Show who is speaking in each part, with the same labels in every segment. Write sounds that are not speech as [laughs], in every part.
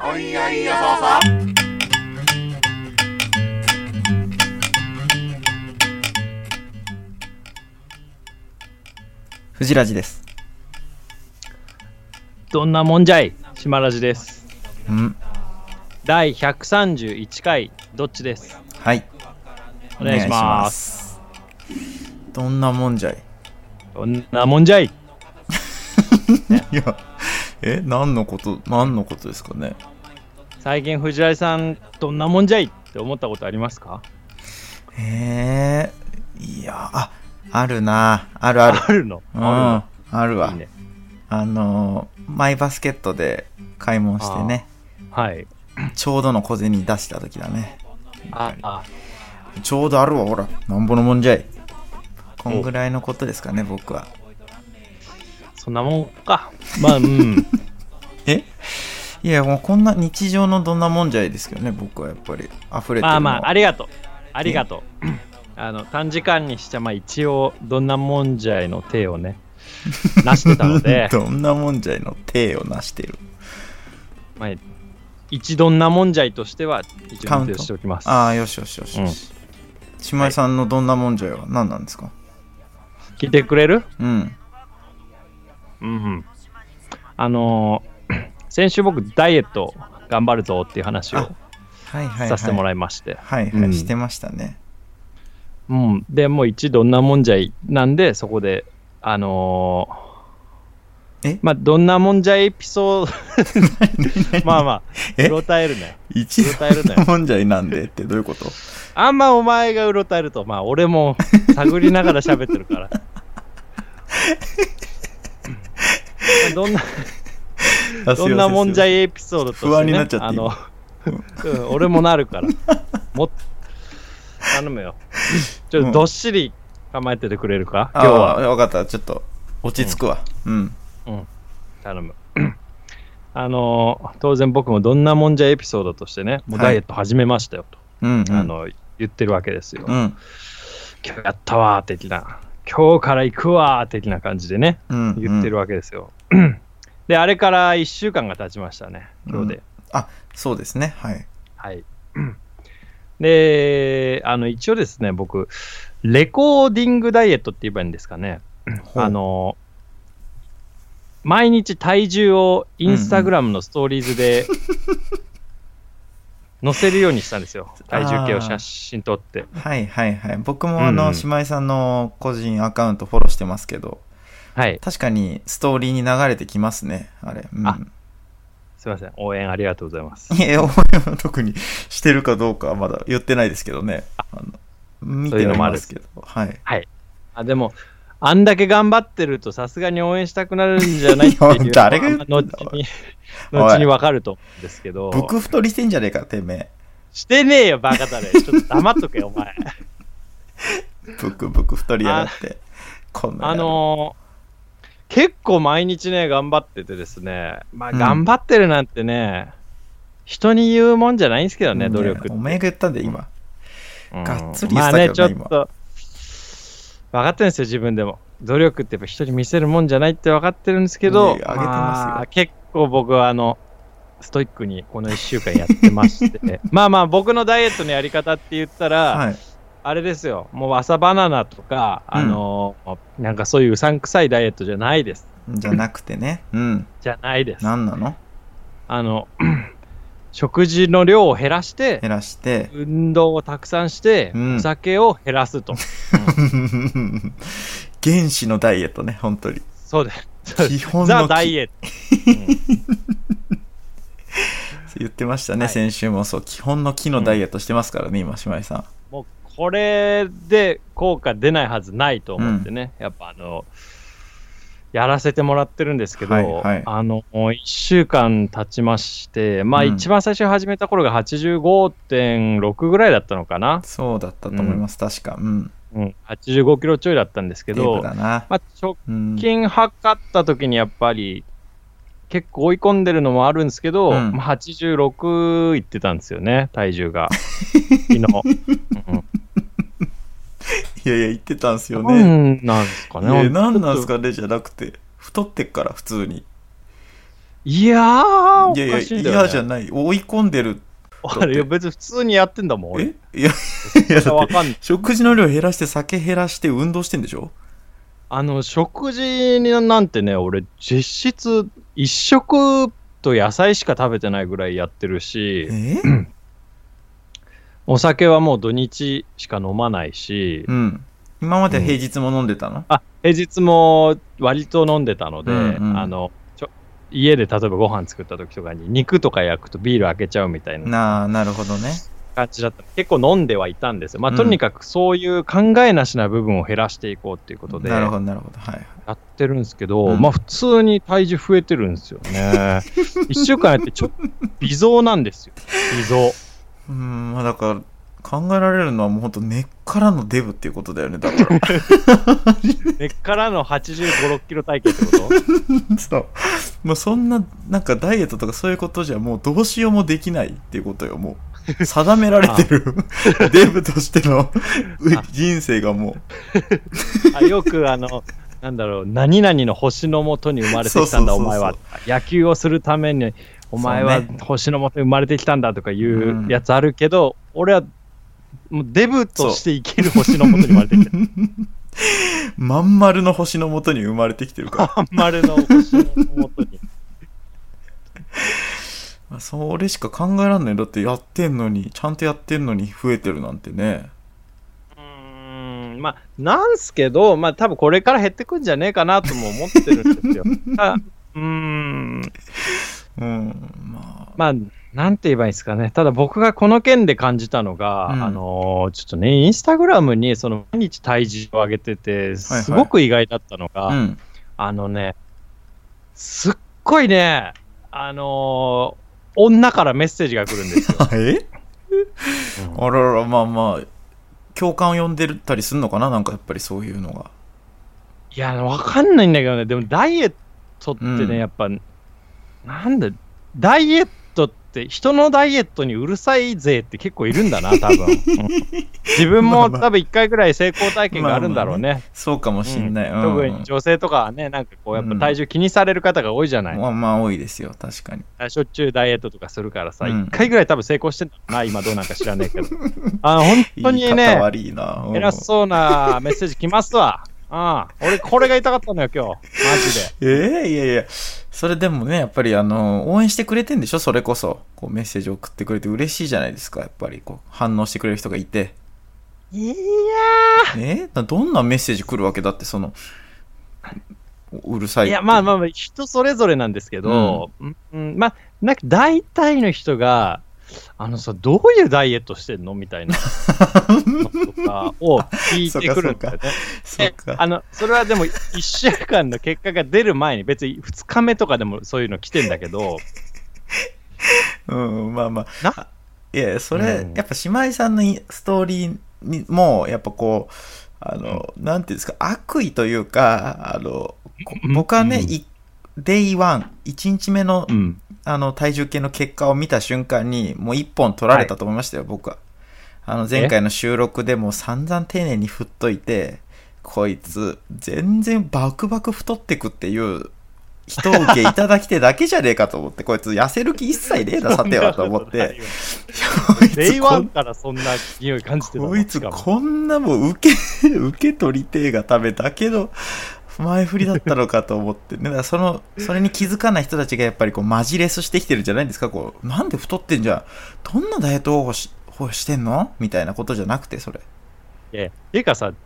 Speaker 1: おいおいよそうそう
Speaker 2: フジラジです。
Speaker 3: どんなもんじゃい島ラジです
Speaker 2: うん。
Speaker 3: 第131回どっちです
Speaker 2: はい。
Speaker 3: お願いします
Speaker 2: す。どんなもんじゃい
Speaker 3: どんなもんじゃい
Speaker 2: [laughs] いや、え、何のこと、何のことですかね。
Speaker 3: 最近藤井さんどんなもんじゃいって思ったことありますか
Speaker 2: えー、いや、あ、あるな。あるある。
Speaker 3: あるの
Speaker 2: うん。
Speaker 3: あ
Speaker 2: ある
Speaker 3: る
Speaker 2: わ
Speaker 3: のいいね
Speaker 2: あのー、マイバスケットで買い物してね、
Speaker 3: はい
Speaker 2: ちょうどの小銭出した時だね。
Speaker 3: ああ
Speaker 2: ちょうどあるわ、ほら。なんぼのもんじゃい。こんぐらいのことですかね、僕は。
Speaker 3: そんなもんかまあうん [laughs]
Speaker 2: えいやもうこんな日常のどんなもんじゃいですけどね僕はやっぱり溢れてるの
Speaker 3: まあまああ
Speaker 2: れ
Speaker 3: りがとうありがとうあの短時間にしてまあ一応どんなもんじゃいの手をねなしてたの [laughs] で
Speaker 2: [laughs] どんなもんじゃいの体を成している
Speaker 3: まあ一どんなもんじゃいとしては一応認定しておきます
Speaker 2: ああよしよしよしよし、島井さんのどんなもんじゃいは何なんですか、
Speaker 3: 聞いてくれる
Speaker 2: うん
Speaker 3: うんうん、あのー [clears throat] 先週僕ダイエット頑張るぞっていう話を
Speaker 2: あはいはい、はい、
Speaker 3: させても
Speaker 2: い
Speaker 3: らいまして、
Speaker 2: はいはい、
Speaker 3: うん
Speaker 2: してましたね
Speaker 3: うん、でもう一どんなもんじゃいなんでそこであのー
Speaker 2: え
Speaker 3: まあどんなもんじゃいエピソード [laughs] まあまあ
Speaker 2: え
Speaker 3: うろたえるね
Speaker 2: 一
Speaker 3: うろたえる
Speaker 2: どんな
Speaker 3: ね
Speaker 2: もんじゃいなんでってどういうこと
Speaker 3: あんまお前がうろたえるとまあ俺も探りながら喋ってるから
Speaker 2: [laughs]
Speaker 3: うんどんなどんなもんじゃ
Speaker 2: い
Speaker 3: いエピソードとして、ね、
Speaker 2: 不安になっちゃって
Speaker 3: あの、うん、俺もなるから。もっ頼むよ。ちょっ
Speaker 2: うん
Speaker 3: とどっしり構えててくれるか、
Speaker 2: 今
Speaker 3: 今
Speaker 2: 日
Speaker 3: 日
Speaker 2: は
Speaker 3: は。
Speaker 2: 分かったちょっと落ち着くわうん、
Speaker 3: 頼む。あの、当然僕もどんなもんじゃエピソードとしてね、もう
Speaker 2: はい
Speaker 3: ダイエット始めましたよと、
Speaker 2: うんうん、
Speaker 3: あの言ってるわけですよ。
Speaker 2: うん
Speaker 3: 今日やったわー的な。今日から行くわー的な感じでね、
Speaker 2: うんうん
Speaker 3: 言ってるわけですよ。で、あれから1週間が経ちましたね、今日で。
Speaker 2: うんあそうですねはい
Speaker 3: はい。で、あの、一応ですね、僕、レコーディングダイエットって言えばいいんですかね。
Speaker 2: ほう
Speaker 3: あの、毎日体重をインスタグラムのストーリー
Speaker 2: [laughs]
Speaker 3: ズで載せるようにしたんですよ。体重計を写真撮って。
Speaker 2: はいはいはい。僕もあの、
Speaker 3: うんうん
Speaker 2: 姉妹さんの個人アカウントフォローしてますけど、
Speaker 3: はい。
Speaker 2: 確かにストーリーに流れてきますね、あれ。うん、
Speaker 3: あすいません。応援ありがとうございます。
Speaker 2: いや、応援は特にしてるかどうかはまだ言ってないですけどね。あの見
Speaker 3: そうい
Speaker 2: て
Speaker 3: うのもあ
Speaker 2: ま
Speaker 3: る
Speaker 2: すけど。はい。
Speaker 3: あでも、あんだけ頑張ってると、さすがに応援したくなるんじゃないってい
Speaker 2: [laughs] いや
Speaker 3: う、
Speaker 2: 誰が言ってんだ
Speaker 3: 後に、後に分かると思うんですけど。
Speaker 2: ブク太りしてんじゃねえか、てめ
Speaker 3: してねえよ、バカだ
Speaker 2: [laughs]
Speaker 3: ね。ちょっと黙っとけよ、お前。
Speaker 2: え。ブクブク太りやがって。こんな野
Speaker 3: あ
Speaker 2: 郎
Speaker 3: のー結構毎日ね、頑張っててですね、まあ、
Speaker 2: うん
Speaker 3: 頑張ってるなんてね、人に言うもんじゃないんですけどね、努力って。
Speaker 2: お前が言ったんで、今。
Speaker 3: うん
Speaker 2: がっつり
Speaker 3: まあ
Speaker 2: 言
Speaker 3: ね、
Speaker 2: って
Speaker 3: ち
Speaker 2: た
Speaker 3: ょ
Speaker 2: け
Speaker 3: っ
Speaker 2: どね
Speaker 3: と、分かってるんですよ、自分でも。努力ってやっぱ人に見せるもんじゃないって分かってるんですけど、
Speaker 2: いやいやあげてますよ
Speaker 3: まあ結構僕はあの、ストイックにこの1週間やってま
Speaker 2: [laughs]
Speaker 3: して、まあまあ僕のダイエットのやり方って言ったら、
Speaker 2: はい。
Speaker 3: あれですよ、もう朝バナナとか、
Speaker 2: うん
Speaker 3: あのなんかそういううさんくさいダイエットじゃないです。
Speaker 2: じゃなくてね。うん。
Speaker 3: じゃないです。
Speaker 2: 何なの
Speaker 3: あの、 [clears throat] 食事の量を減らして、
Speaker 2: 減らして。
Speaker 3: 運動をたくさんして、
Speaker 2: うん
Speaker 3: お酒を減らすと。
Speaker 2: 原始のダイエットね、本当に。
Speaker 3: そうです。そうです
Speaker 2: 基本の
Speaker 3: ザ・ダイエット。うん
Speaker 2: 言ってましたね、
Speaker 3: はい
Speaker 2: 先週もそう基本の木のダイエットしてますからね、今姉妹さん
Speaker 3: もうこれで効果出ないはずないと思ってね、やっぱあの、やらせてもらってるんですけど、
Speaker 2: はいはい
Speaker 3: あの、1週間経ちまして、まあ
Speaker 2: うん
Speaker 3: 一番最初始めた頃が85.6ぐらいだったのかな。
Speaker 2: そうだったと思います、確かうん
Speaker 3: うん、85キロちょいだったんですけ
Speaker 2: テー
Speaker 3: ど
Speaker 2: プ、だな、
Speaker 3: まあ直
Speaker 2: うん、
Speaker 3: 近測った時にやっぱり、結構追い込んでるのもあるんですけど、
Speaker 2: うん
Speaker 3: まあ、86いってたんですよね、体
Speaker 2: [laughs]
Speaker 3: 重が。昨日。うん
Speaker 2: いやいや言ってたんすよ
Speaker 3: な
Speaker 2: ね、
Speaker 3: んなんですか
Speaker 2: いや
Speaker 3: ね。
Speaker 2: 何なんすかねじゃなくて太ってっから普通に
Speaker 3: いいやー、お
Speaker 2: いやいや
Speaker 3: かしいんだよ、ね。
Speaker 2: 嫌じゃない追い込んでる
Speaker 3: [laughs] あれ別に普通にやってんだもん、俺
Speaker 2: え。いやいやだっ
Speaker 3: わ
Speaker 2: て
Speaker 3: かんない。
Speaker 2: 食事の量減らして酒減らして運動してんでしょ
Speaker 3: あの、食事なんてね、俺、実質、一食と野菜しか食べてないぐらいやってるし、
Speaker 2: え
Speaker 3: お酒はもう土日しか飲まないし、
Speaker 2: うん今まで平日も飲んでたの、
Speaker 3: あ、平日も割と飲んでたので、
Speaker 2: うんうん
Speaker 3: あの、ちょ家で例えばご飯作った時とかに肉とか焼くとビール開けちゃうみたいな
Speaker 2: なあなるほどね
Speaker 3: 感じだった結構飲んではいたんですよ。まあ、
Speaker 2: うん
Speaker 3: とにかくそういう考えなしな部分を減らしていこうっていうことで、
Speaker 2: なるほどなるほどはい
Speaker 3: やってるんですけど、
Speaker 2: うん
Speaker 3: まあ普通に体重増えてるんですよ
Speaker 2: [laughs]
Speaker 3: ね。一週間やってちょっと微増なんですよ。微増。
Speaker 2: うーんまあだから考えられるのはもうほんと根っからのデブっていうことだよねだから
Speaker 3: 根っからの85、6キロ体型ってこ
Speaker 2: [laughs]
Speaker 3: と
Speaker 2: そうもうそんななんかダイエットとかそういうことじゃもうどうしようもできないっていうことよも
Speaker 3: [laughs]
Speaker 2: う定められてる [laughs] デブとしてのう人生がも
Speaker 3: あよくあの、なんだろう、何々の星のもとに生まれてきたんだ、
Speaker 2: そうそうそうそう
Speaker 3: お前は。野球をするために、お前は
Speaker 2: そうね
Speaker 3: 星のもとに生まれてきたんだとかいううんやつあるけど、俺はもうデブとして生きる星のもとに生まれてきた。
Speaker 2: うまん丸の星のもとに生 [laughs] まれてきてるから
Speaker 3: あんまりの星のもとに。
Speaker 2: まあそれしか考えらんないだってやってんのにちゃんとやってんのに増えてるなんてね
Speaker 3: うーんまあ、なんすけど、まあ、多分これから減ってくんじゃねえかなとも思ってるんです
Speaker 2: [laughs]
Speaker 3: よ。あうーん、
Speaker 2: うんま
Speaker 3: まあ、なんて言えばいいですかね。ただ僕がこの件で感じたのが、
Speaker 2: うん
Speaker 3: あのーちょっとね、インスタグラムにその毎日体重を上げてて、すごく意外だったの
Speaker 2: あ
Speaker 3: が、
Speaker 2: うん [laughs]
Speaker 3: あのね、すっごいね、あのー女からメッセージが来るんですよ。
Speaker 2: え [laughs]
Speaker 3: うん
Speaker 2: あららまあまあ共感を呼んでたりするのかななんかやっぱりそういうのが
Speaker 3: いや、わかんないんだけどね、でもダイエットってね、
Speaker 2: うん
Speaker 3: やっぱ、なんだ、ダイエットって、人のダイエットにうるさい勢って結構いるんだな、多分
Speaker 2: [laughs]
Speaker 3: うん自分
Speaker 2: まあ
Speaker 3: も
Speaker 2: まあ
Speaker 3: 多分1回ぐらい成功体験があるんだろうね。
Speaker 2: そうかもしんない、
Speaker 3: う
Speaker 2: うんん
Speaker 3: 特に女性とかはね、なんかこう、やっぱ
Speaker 2: うん
Speaker 3: 体重気にされる方が多いじゃない。
Speaker 2: まあまあ多いですよ確かに
Speaker 3: しょっちゅうダイエットとかするからさ、
Speaker 2: うん
Speaker 3: 1回ぐらい多分成功してんだろうな、今どうなんか知らない
Speaker 2: [laughs]
Speaker 3: けど。あ本当に
Speaker 2: 言い方
Speaker 3: ね、
Speaker 2: 悪いな、うん
Speaker 3: 偉そうなメッセージ来ますわ。ああ俺、これが痛かったのよ、今日。マジで。
Speaker 2: えーいやいやそれでもねやっぱりあの応援してくれてんでしょそれこそこうメッセージ送ってくれて嬉しいじゃないですかやっぱりこう反応してくれる人がい
Speaker 3: [laughs]
Speaker 2: て
Speaker 3: いや
Speaker 2: えーなどんなメッセージ来るわけだってそのううるさ
Speaker 3: ー、
Speaker 2: い
Speaker 3: いや、まあまあまあ、人それぞれなんですけど、うんうんまあ、なんか大体の人が、あのさ、どういうダイエットしてんのみたいなのと
Speaker 2: [laughs]
Speaker 3: かを聞いてくるんだよね。
Speaker 2: そう
Speaker 3: で
Speaker 2: か
Speaker 3: あのそれはでも1週間の結果が出る前に別に2日目とかでもそういうの来てんだけど
Speaker 2: うんまあまあ
Speaker 3: ない
Speaker 2: やそれ、
Speaker 3: うん
Speaker 2: やっぱ姉妹さんのインストーリーにもやっぱこうあの、なんていうんですか悪意というかあのこ
Speaker 3: うん
Speaker 2: 僕はね、
Speaker 3: うん
Speaker 2: いデイワン1日目の,、
Speaker 3: ん
Speaker 2: あの体重計の結果を見た瞬間にもう1本取られたと思いましたよ、僕はあの前回の収録でもう散々丁寧に振っといてこいつ全然バクバク太ってくっていう人受けいただきてだけじゃねえかと思ってこいつ痩せる気一切ねえなさてはと思って
Speaker 3: [laughs] デイワンからそんな匂い感じてたの
Speaker 2: こいつ
Speaker 3: しかも
Speaker 2: こんなもん受け、 [laughs] 受け取りてえがためだけの前振りだったのかと思ってね。だからその、それに気づかない人たちがやっぱりこうマジレスしてきてるんじゃないんですかこう、なんで太ってんじゃんどんなダイエット方法し方法してんのみたいなことじゃなくて、それ。 [laughs]
Speaker 3: いやていうかさ
Speaker 2: ん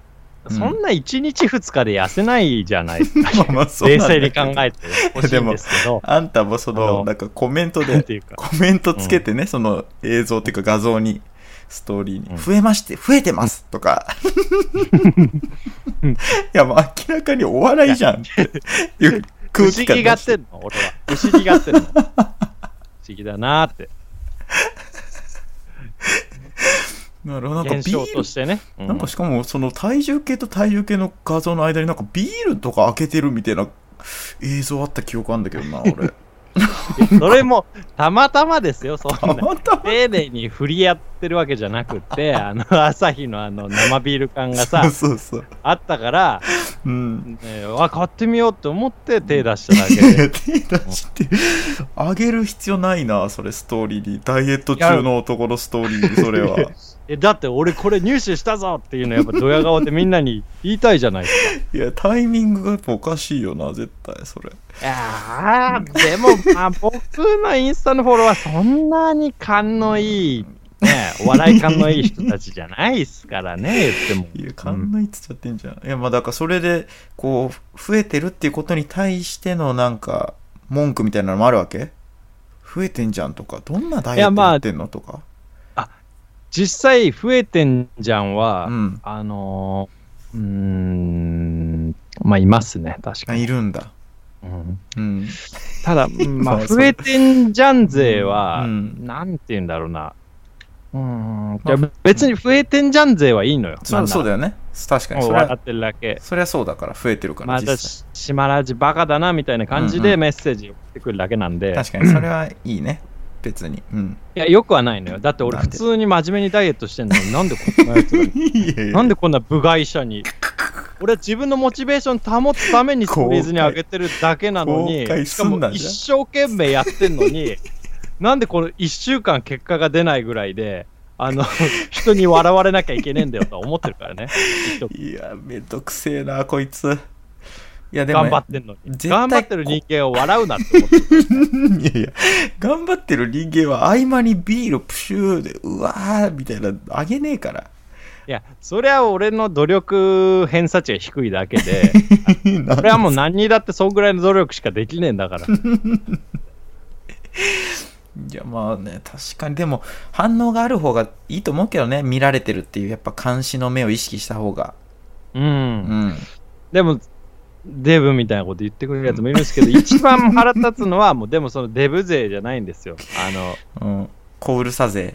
Speaker 3: そんな1日2日で痩せないじゃない
Speaker 2: まあまあそうなん
Speaker 3: 冷
Speaker 2: だけ
Speaker 3: 静
Speaker 2: ど
Speaker 3: に考えてほしいんですけど、
Speaker 2: あんたもそ
Speaker 3: あ
Speaker 2: の、
Speaker 3: の
Speaker 2: なんかコメント
Speaker 3: なん
Speaker 2: で、
Speaker 3: ていうか、
Speaker 2: [laughs] コメントつけてね、その映像っていうか画像に、ストーリーに、
Speaker 3: うん
Speaker 2: 増えまして、増えてますとか。 [laughs] いや、もう明らかにお笑いじゃんっていう空
Speaker 3: 不思
Speaker 2: 気感
Speaker 3: 議がってんの、俺は。不思議がってんの。不思議だなーって、
Speaker 2: なるほど、なんかビ
Speaker 3: 現象
Speaker 2: ー
Speaker 3: と
Speaker 2: ル、
Speaker 3: してね。うん
Speaker 2: なんかしかもその体重計と体重計の画像の間になんかビールとか開けてるみたいな映像あった記憶あんだけどな、 [laughs] 俺。
Speaker 3: それも、たまたまですよ、そ
Speaker 2: た
Speaker 3: んな。
Speaker 2: [laughs] またま
Speaker 3: 丁寧に振り合ってるわけじゃ
Speaker 2: [laughs]
Speaker 3: なくて、あの、朝日のあの、生ビール感がさ、
Speaker 2: そうそうそう。
Speaker 3: あったから、
Speaker 2: うん。
Speaker 3: ねえあ買ってみようって思って手出しただけ
Speaker 2: い
Speaker 3: で
Speaker 2: や手出してあげる必要ないなそれストーリーにダイエット中の男のストーリー [laughs] にそれは
Speaker 3: えだって俺これ入手したぞっていうのやっぱドヤ顔でみんなに言いたいじゃないです
Speaker 2: [laughs] いやタイミングがやっぱおかしいよな絶対それ
Speaker 3: かいやーでもまあ [laughs] 僕のインスタのフォロワーそんなに勘のいいねえお笑い感のいい人たちじゃないですか
Speaker 2: [laughs]
Speaker 3: らね言っても
Speaker 2: いや勘のいいっつっちゃってんじゃん、いやまあだからそれでこう増えてるっていうことに対してのなんか文句みたいなのもあるわけ増えてんじゃんとかどんなダイエットやってんのとか、
Speaker 3: 実際増えてんじゃんは、
Speaker 2: うん
Speaker 3: あのー、うーんまあいますね確
Speaker 2: あ
Speaker 3: かに、
Speaker 2: いるんだ
Speaker 3: うん
Speaker 2: うん
Speaker 3: た
Speaker 2: [laughs]
Speaker 3: だ、まあ、
Speaker 2: そうそう
Speaker 3: 増えてんじゃん勢は、
Speaker 2: うん
Speaker 3: なんて言うんだろうな。うーん。じゃあ別に増えてんじゃん勢はいいのよ。
Speaker 2: そうそうだ
Speaker 3: だ
Speaker 2: よね確かにそれ
Speaker 3: 笑
Speaker 2: は
Speaker 3: ってるだけ。
Speaker 2: それはそうだから増えてるから
Speaker 3: また
Speaker 2: 実際
Speaker 3: し、島ラジバカだなみたいな感じ
Speaker 2: うん
Speaker 3: で
Speaker 2: うん
Speaker 3: メッセージ送ってくるだけなんで、い
Speaker 2: 確かにそれはいいね別にうん
Speaker 3: や、よくはないのよ。だって俺、
Speaker 2: なん
Speaker 3: 普
Speaker 2: で
Speaker 3: 通に真面目にダイエットしてんのに、なんでこんな
Speaker 2: [laughs]
Speaker 3: やつがなんでこんな部外者に。俺は自分のモチベーション保つためにストーリーズに上げてるだけなの
Speaker 2: 公
Speaker 3: に
Speaker 2: 開、
Speaker 3: しかも
Speaker 2: 公開すんなじゃん
Speaker 3: 一生懸命やってんのに、 [laughs] なんでこの1週間結果が出ないぐらいで、あの、 [laughs] 人に笑われなきゃいけねえんだよとは思ってるからね。きっと
Speaker 2: いや、めんどくせえな、こいつ。いや、でも、
Speaker 3: 頑張ってんのに。
Speaker 2: 絶対
Speaker 3: 頑張ってる人間を笑うなって思ってる。
Speaker 2: いやいや、頑張ってる人間は合間にビールプシューで、うわーみたいな、あげねえから。
Speaker 3: いや、そりゃ俺の努力偏差値が低いだけで、
Speaker 2: [laughs] な
Speaker 3: 俺はもう何にだってそんぐらいの努力しかできねえんだから。
Speaker 2: いや、まあね、確かに、でも、反応がある方がいいと思うけどね、見られてるっていう、やっぱ監視の目を意識した方が。
Speaker 3: うん
Speaker 2: うん。
Speaker 3: でも、デブみたいなこと言ってくれるやつもいるんですけ
Speaker 2: [laughs]
Speaker 3: ど、一番腹立つのは、もうでもそのデブ勢じゃないんですよ。あ
Speaker 2: うん。小うるさぜ。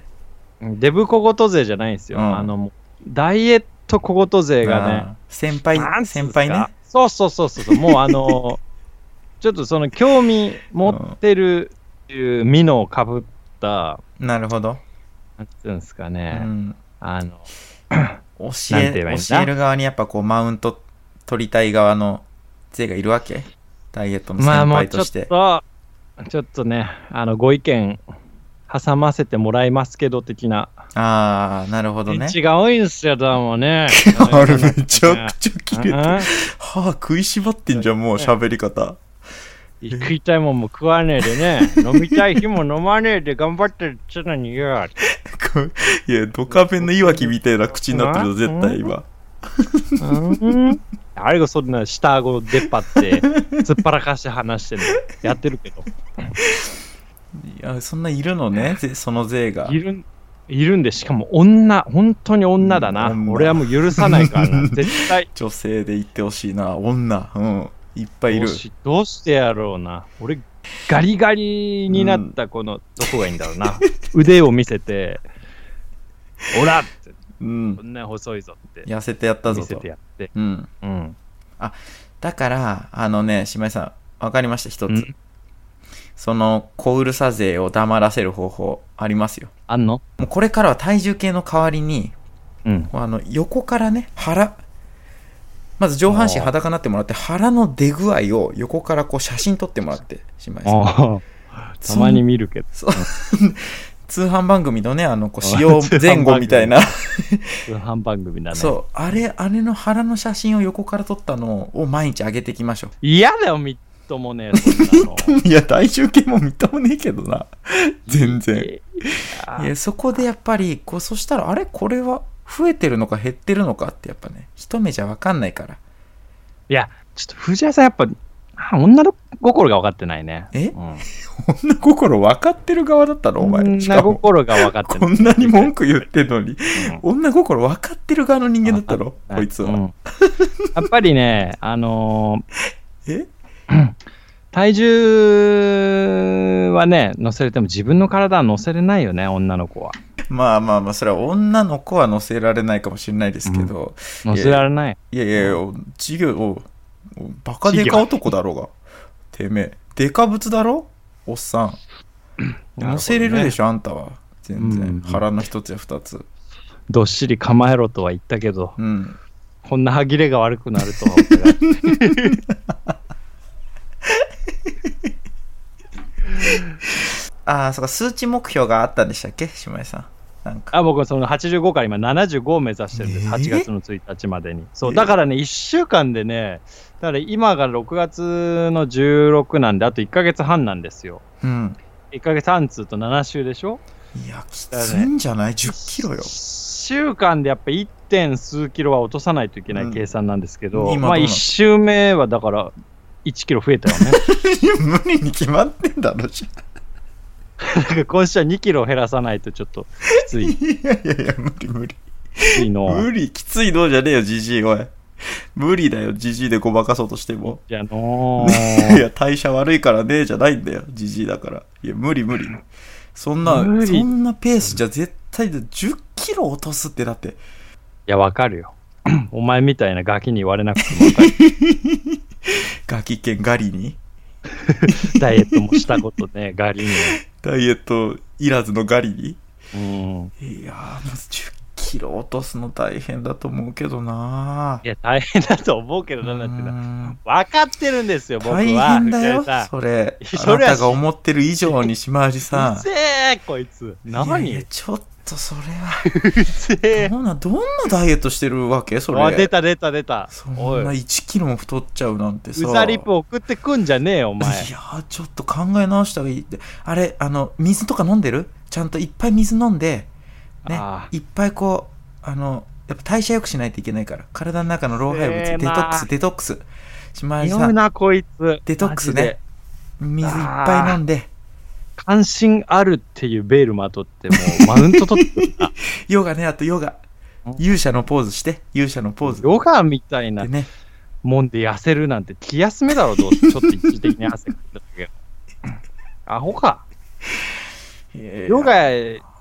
Speaker 3: の、デブ小言勢じゃないんですよ。
Speaker 2: うん
Speaker 3: あの、もうダイエット小言勢がね、
Speaker 2: あー先
Speaker 3: なん
Speaker 2: 輩、
Speaker 3: つうん
Speaker 2: 先
Speaker 3: ですか
Speaker 2: 輩ね。。
Speaker 3: そうそうそうそう、もうあ
Speaker 2: [laughs]
Speaker 3: の、ちょっとその興味持ってるっていうミノをかぶった、
Speaker 2: なるほど。
Speaker 3: なんつうんですか
Speaker 2: う
Speaker 3: ね、
Speaker 2: ん。
Speaker 3: あの、
Speaker 2: 教
Speaker 3: なん
Speaker 2: え
Speaker 3: て言えばいいんだ
Speaker 2: 教える側にやっぱこうマウント取りたい側の勢がいるわけダイエットの
Speaker 3: まあ
Speaker 2: 先
Speaker 3: もう
Speaker 2: 輩
Speaker 3: ちょ
Speaker 2: と
Speaker 3: っ
Speaker 2: して、
Speaker 3: と、ちょっとね、あの、ご意見挟ませてもらいますけど的な
Speaker 2: ああなるほどね
Speaker 3: 血が多いんすよ、どうもね。
Speaker 2: あれめちゃくちゃ切れてる
Speaker 3: うん
Speaker 2: 歯食いしばってんじゃんもう喋り方 [laughs]
Speaker 3: 食いたいもんも食わねえでね、飲みたい日も飲まねえで頑張ってるっちゅうのによ。
Speaker 2: こいやドカベンのいわきみたいな口になってるよ絶対今
Speaker 3: うんあれがそんな下顎出っ張って、突っ張らかして話してんの。やってるけど。
Speaker 2: いやそんないるのねぜその勢が
Speaker 3: いるんいるんで、しかも女、本当に女だな。
Speaker 2: 女
Speaker 3: 俺はもう許さないからな。絶対。
Speaker 2: 女性で言ってほしいな女うんいっぱいい
Speaker 3: どう
Speaker 2: る
Speaker 3: しどうしてやろうな。俺、ガリガリになったこの、どこがいいんだろうな。 [laughs] 腕を見せて、おらって、
Speaker 2: うん
Speaker 3: こんな細いぞって。
Speaker 2: 痩せてやったぞ
Speaker 3: 見せ
Speaker 2: と
Speaker 3: てやって。
Speaker 2: うん
Speaker 3: うん。
Speaker 2: だから、あのね、島井さん、わかりました、一つ
Speaker 3: うん。
Speaker 2: その、小うるさ勢を黙らせる方法、ありますよ。
Speaker 3: あんの
Speaker 2: もうこれからは体重計の代わりに、
Speaker 3: うん。
Speaker 2: あの、横からね、腹、まず上半身
Speaker 3: あー
Speaker 2: 裸になってもらって、腹の出具合を横からこう写真撮ってもらって、島井さん。
Speaker 3: ああ、たまに見るけど。
Speaker 2: そう通販番組のね、あの、こう、使用前後みたいな。
Speaker 3: 通販番組だね。う。
Speaker 2: そう。あれ、あれの腹の写真を横から撮ったのを毎日上げていきましょう。
Speaker 3: 嫌だよ、みっともねえ、そんな
Speaker 2: [laughs]
Speaker 3: の。
Speaker 2: いや、体重計も見たもねえけどな。全然。
Speaker 3: えー
Speaker 2: いやそこでやっぱりこうそしたらあれこれは増えてるのか減ってるのかってやっぱね一目じゃ分かんないから
Speaker 3: いや、ちょっと藤原さん、やっぱ、あ女の心が分かってないね。
Speaker 2: え
Speaker 3: うん
Speaker 2: 女心分かってる側だったのお前し
Speaker 3: 女
Speaker 2: かも
Speaker 3: 心が分かって
Speaker 2: こんなに文句言ってんのに
Speaker 3: うん
Speaker 2: 女心分かってる側の人間だったろこいつは、
Speaker 3: うんやっぱりね、あのー
Speaker 2: え
Speaker 3: 体重はね、乗せれても自分の体は乗せれないよね、女の子は。
Speaker 2: まあまあまあそれは女の子は乗せられないかもしれないですけど、
Speaker 3: 乗せられない。
Speaker 2: いやいやいやお授業おおバカデカ男だろうがてめえデカブツだろおっさん
Speaker 3: なるほどね
Speaker 2: 乗せれるでしょ、あんたは全然、
Speaker 3: うん
Speaker 2: 腹の一つや二つ
Speaker 3: どっしり構えろとは言ったけど、
Speaker 2: うん
Speaker 3: こんな歯切れが悪くなるとは思って
Speaker 2: [laughs]
Speaker 3: ない。
Speaker 2: ああ、そっか、数値目標があったんでしたっけ島井さん。なんか。
Speaker 3: あ僕はその85から今75を目指してるんです、
Speaker 2: えー
Speaker 3: 8月の1日までに。そ
Speaker 2: え
Speaker 3: う
Speaker 2: ー
Speaker 3: だからね、1週間でね、だから今が6月の16なんで、あと1ヶ月半なんですよ。
Speaker 2: うん。
Speaker 3: 1ヶ月半つうと7週でしょ
Speaker 2: いや、きついんじゃない ?10 キロよ。
Speaker 3: 週間でやっぱ 1. 点数キロは落とさないといけな
Speaker 2: う
Speaker 3: い
Speaker 2: ん
Speaker 3: 計算なんですけど、
Speaker 2: 今どう
Speaker 3: まあ
Speaker 2: なの
Speaker 3: 1週目はだから1キロ増えたよ
Speaker 2: [laughs]
Speaker 3: ね。
Speaker 2: [laughs] 無理に決まってんだろ、じゃ
Speaker 3: だから今週は2キロ減らさないとちょっときつい、き
Speaker 2: いやいやいや、無理無理。
Speaker 3: つい
Speaker 2: [laughs]
Speaker 3: の。
Speaker 2: 無理、きついどうじゃねえよ、じじい、おい。無理だよ、じじいでごまかそうとしても。
Speaker 3: じゃ
Speaker 2: [laughs]
Speaker 3: の
Speaker 2: い
Speaker 3: ー
Speaker 2: や、代謝悪いからねえじゃないんだよ、じじいだから。いや、無理無理。そんな、
Speaker 3: 無理
Speaker 2: そんなペースじゃ絶対で10キロ落とすってだって。
Speaker 3: いや、わかるよ。 [clears throat] お前みたいなガキに言われなくてもわかる
Speaker 2: ガキ犬ガリに。
Speaker 3: ダイエットもしたこと
Speaker 2: [laughs]
Speaker 3: ね、ガリに。
Speaker 2: ダイエットいらずのガリに。
Speaker 3: うん。
Speaker 2: いやー、もう10キロ落とすの大変だと思うけどない
Speaker 3: や、大変だと思うけどな、なんて
Speaker 2: う
Speaker 3: な。
Speaker 2: ーん
Speaker 3: わかってるんですよ、僕は。
Speaker 2: 大変だよ
Speaker 3: 藤井、
Speaker 2: それ。あ
Speaker 3: それは
Speaker 2: なたが思ってる以上に島地
Speaker 3: さん。う
Speaker 2: さ
Speaker 3: ぜえ、こいつ。
Speaker 2: ん。
Speaker 3: [laughs] 何
Speaker 2: いやいうやちょっとそれは。
Speaker 3: ぜえ。
Speaker 2: どんな、どんなダイエットしてるわけそ
Speaker 3: あ、
Speaker 2: れ。
Speaker 3: 出た出た出た。
Speaker 2: そんな
Speaker 3: おい、
Speaker 2: 1キロも太っちゃうなんて
Speaker 3: ウ
Speaker 2: さ。
Speaker 3: サリップ送ってくんじゃねえよ、お前
Speaker 2: い。やー、ちょっと考え直した方がいいって。あれ、あの、水とか飲んでるちゃんといっぱい水飲んで、ね
Speaker 3: あ、
Speaker 2: いっぱいこう、あの、やっぱ代謝良くしないといけないから、体の中の老廃物、デ
Speaker 3: せー
Speaker 2: ト
Speaker 3: な
Speaker 2: ックス、デトックス。島井
Speaker 3: 匂
Speaker 2: さ、
Speaker 3: うんな、こいつ。
Speaker 2: デトックスね
Speaker 3: マジで。
Speaker 2: 水いっぱい飲んで、
Speaker 3: 関心あるっていうベールまとって、もうマウント取ってた。
Speaker 2: ヨガね、あとヨガ
Speaker 3: うん。
Speaker 2: 勇者のポーズして、勇者の [laughs] ポーズ。
Speaker 3: ヨガみたいな
Speaker 2: でね、
Speaker 3: もんで痩せるなんて気休めだろ、どうせちょっと一時的に汗かいただ
Speaker 2: [laughs]
Speaker 3: けど。アホか。ヨガ、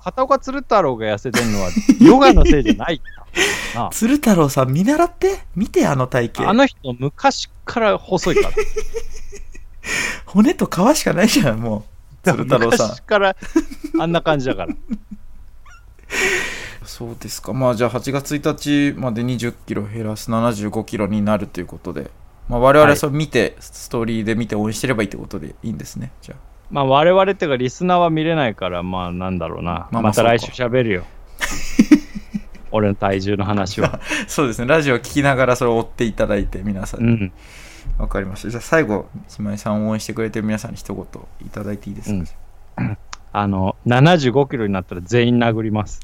Speaker 3: 片岡鶴太郎が痩せてんのは、 [laughs] ヨガのせいじゃない
Speaker 2: [laughs]
Speaker 3: からな
Speaker 2: 鶴太郎さん見習って見てあの体
Speaker 3: あ
Speaker 2: 型
Speaker 3: の人、昔から細いから。
Speaker 2: 骨と皮しかないじゃんもう鶴太郎さん
Speaker 3: 昔からあんな感じだから。
Speaker 2: そうですか。まあじゃあ8月1日までに10キロ減らす75キロになるということで、まあ我々
Speaker 3: は
Speaker 2: はいそれ見て、ストーリーで見て応援してればいいってことでいいんですね。じゃ
Speaker 3: まあ、我々っていうか、リスナーは見れないから、まあ、なんだろうな。
Speaker 2: まあまあ
Speaker 3: また来週
Speaker 2: そ
Speaker 3: 喋る
Speaker 2: [laughs]
Speaker 3: よ。俺の体重の話は。
Speaker 2: あ。そうですね。ラジオを聞きながらそれを追っていただいて皆さ。
Speaker 3: うんん。
Speaker 2: わかりました。じゃあ最後、島井さんを応援してくれてる皆さんに一言いただいていいですか、
Speaker 3: うんあの、75キロになったら全員殴ります。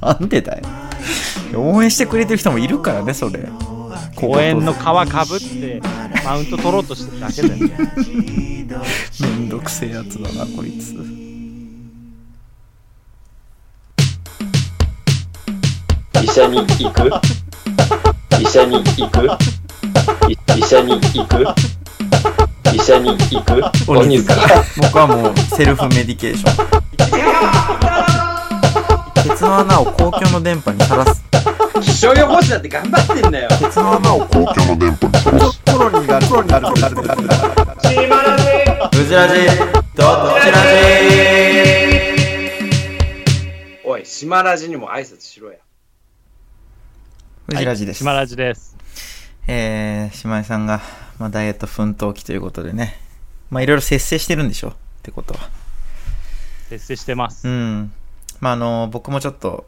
Speaker 2: なんでだよ。応援してくれてる人もいるからね、それ。
Speaker 3: 公園の皮かぶって、マウント取ろうとしてるだけだよね。
Speaker 2: めんどくせえやつだな、こいつ。
Speaker 4: 医者に行く医者に行くい医者に行く医者に行く
Speaker 2: 鬼
Speaker 4: 鬼塚
Speaker 2: 僕はもうセルフメディケーション鉄の穴を公共の電波にさらす
Speaker 4: 気象予報士だって頑張ってんだよ
Speaker 2: 鉄の穴を公共の電波にさらすコロニーがあるコロニーがあるコロニーがあるコロニーがあるうじらじどっちらじ
Speaker 4: おい島ラジにも挨拶しろや
Speaker 2: うじらじです、
Speaker 3: 島ラジです。
Speaker 2: えー、島井さんが、まあ、ダイエット奮闘期ということでねまあいろいろ節制してるんでしょってことは
Speaker 3: 節制してます。
Speaker 2: うん。まあ、あの、僕もちょっと、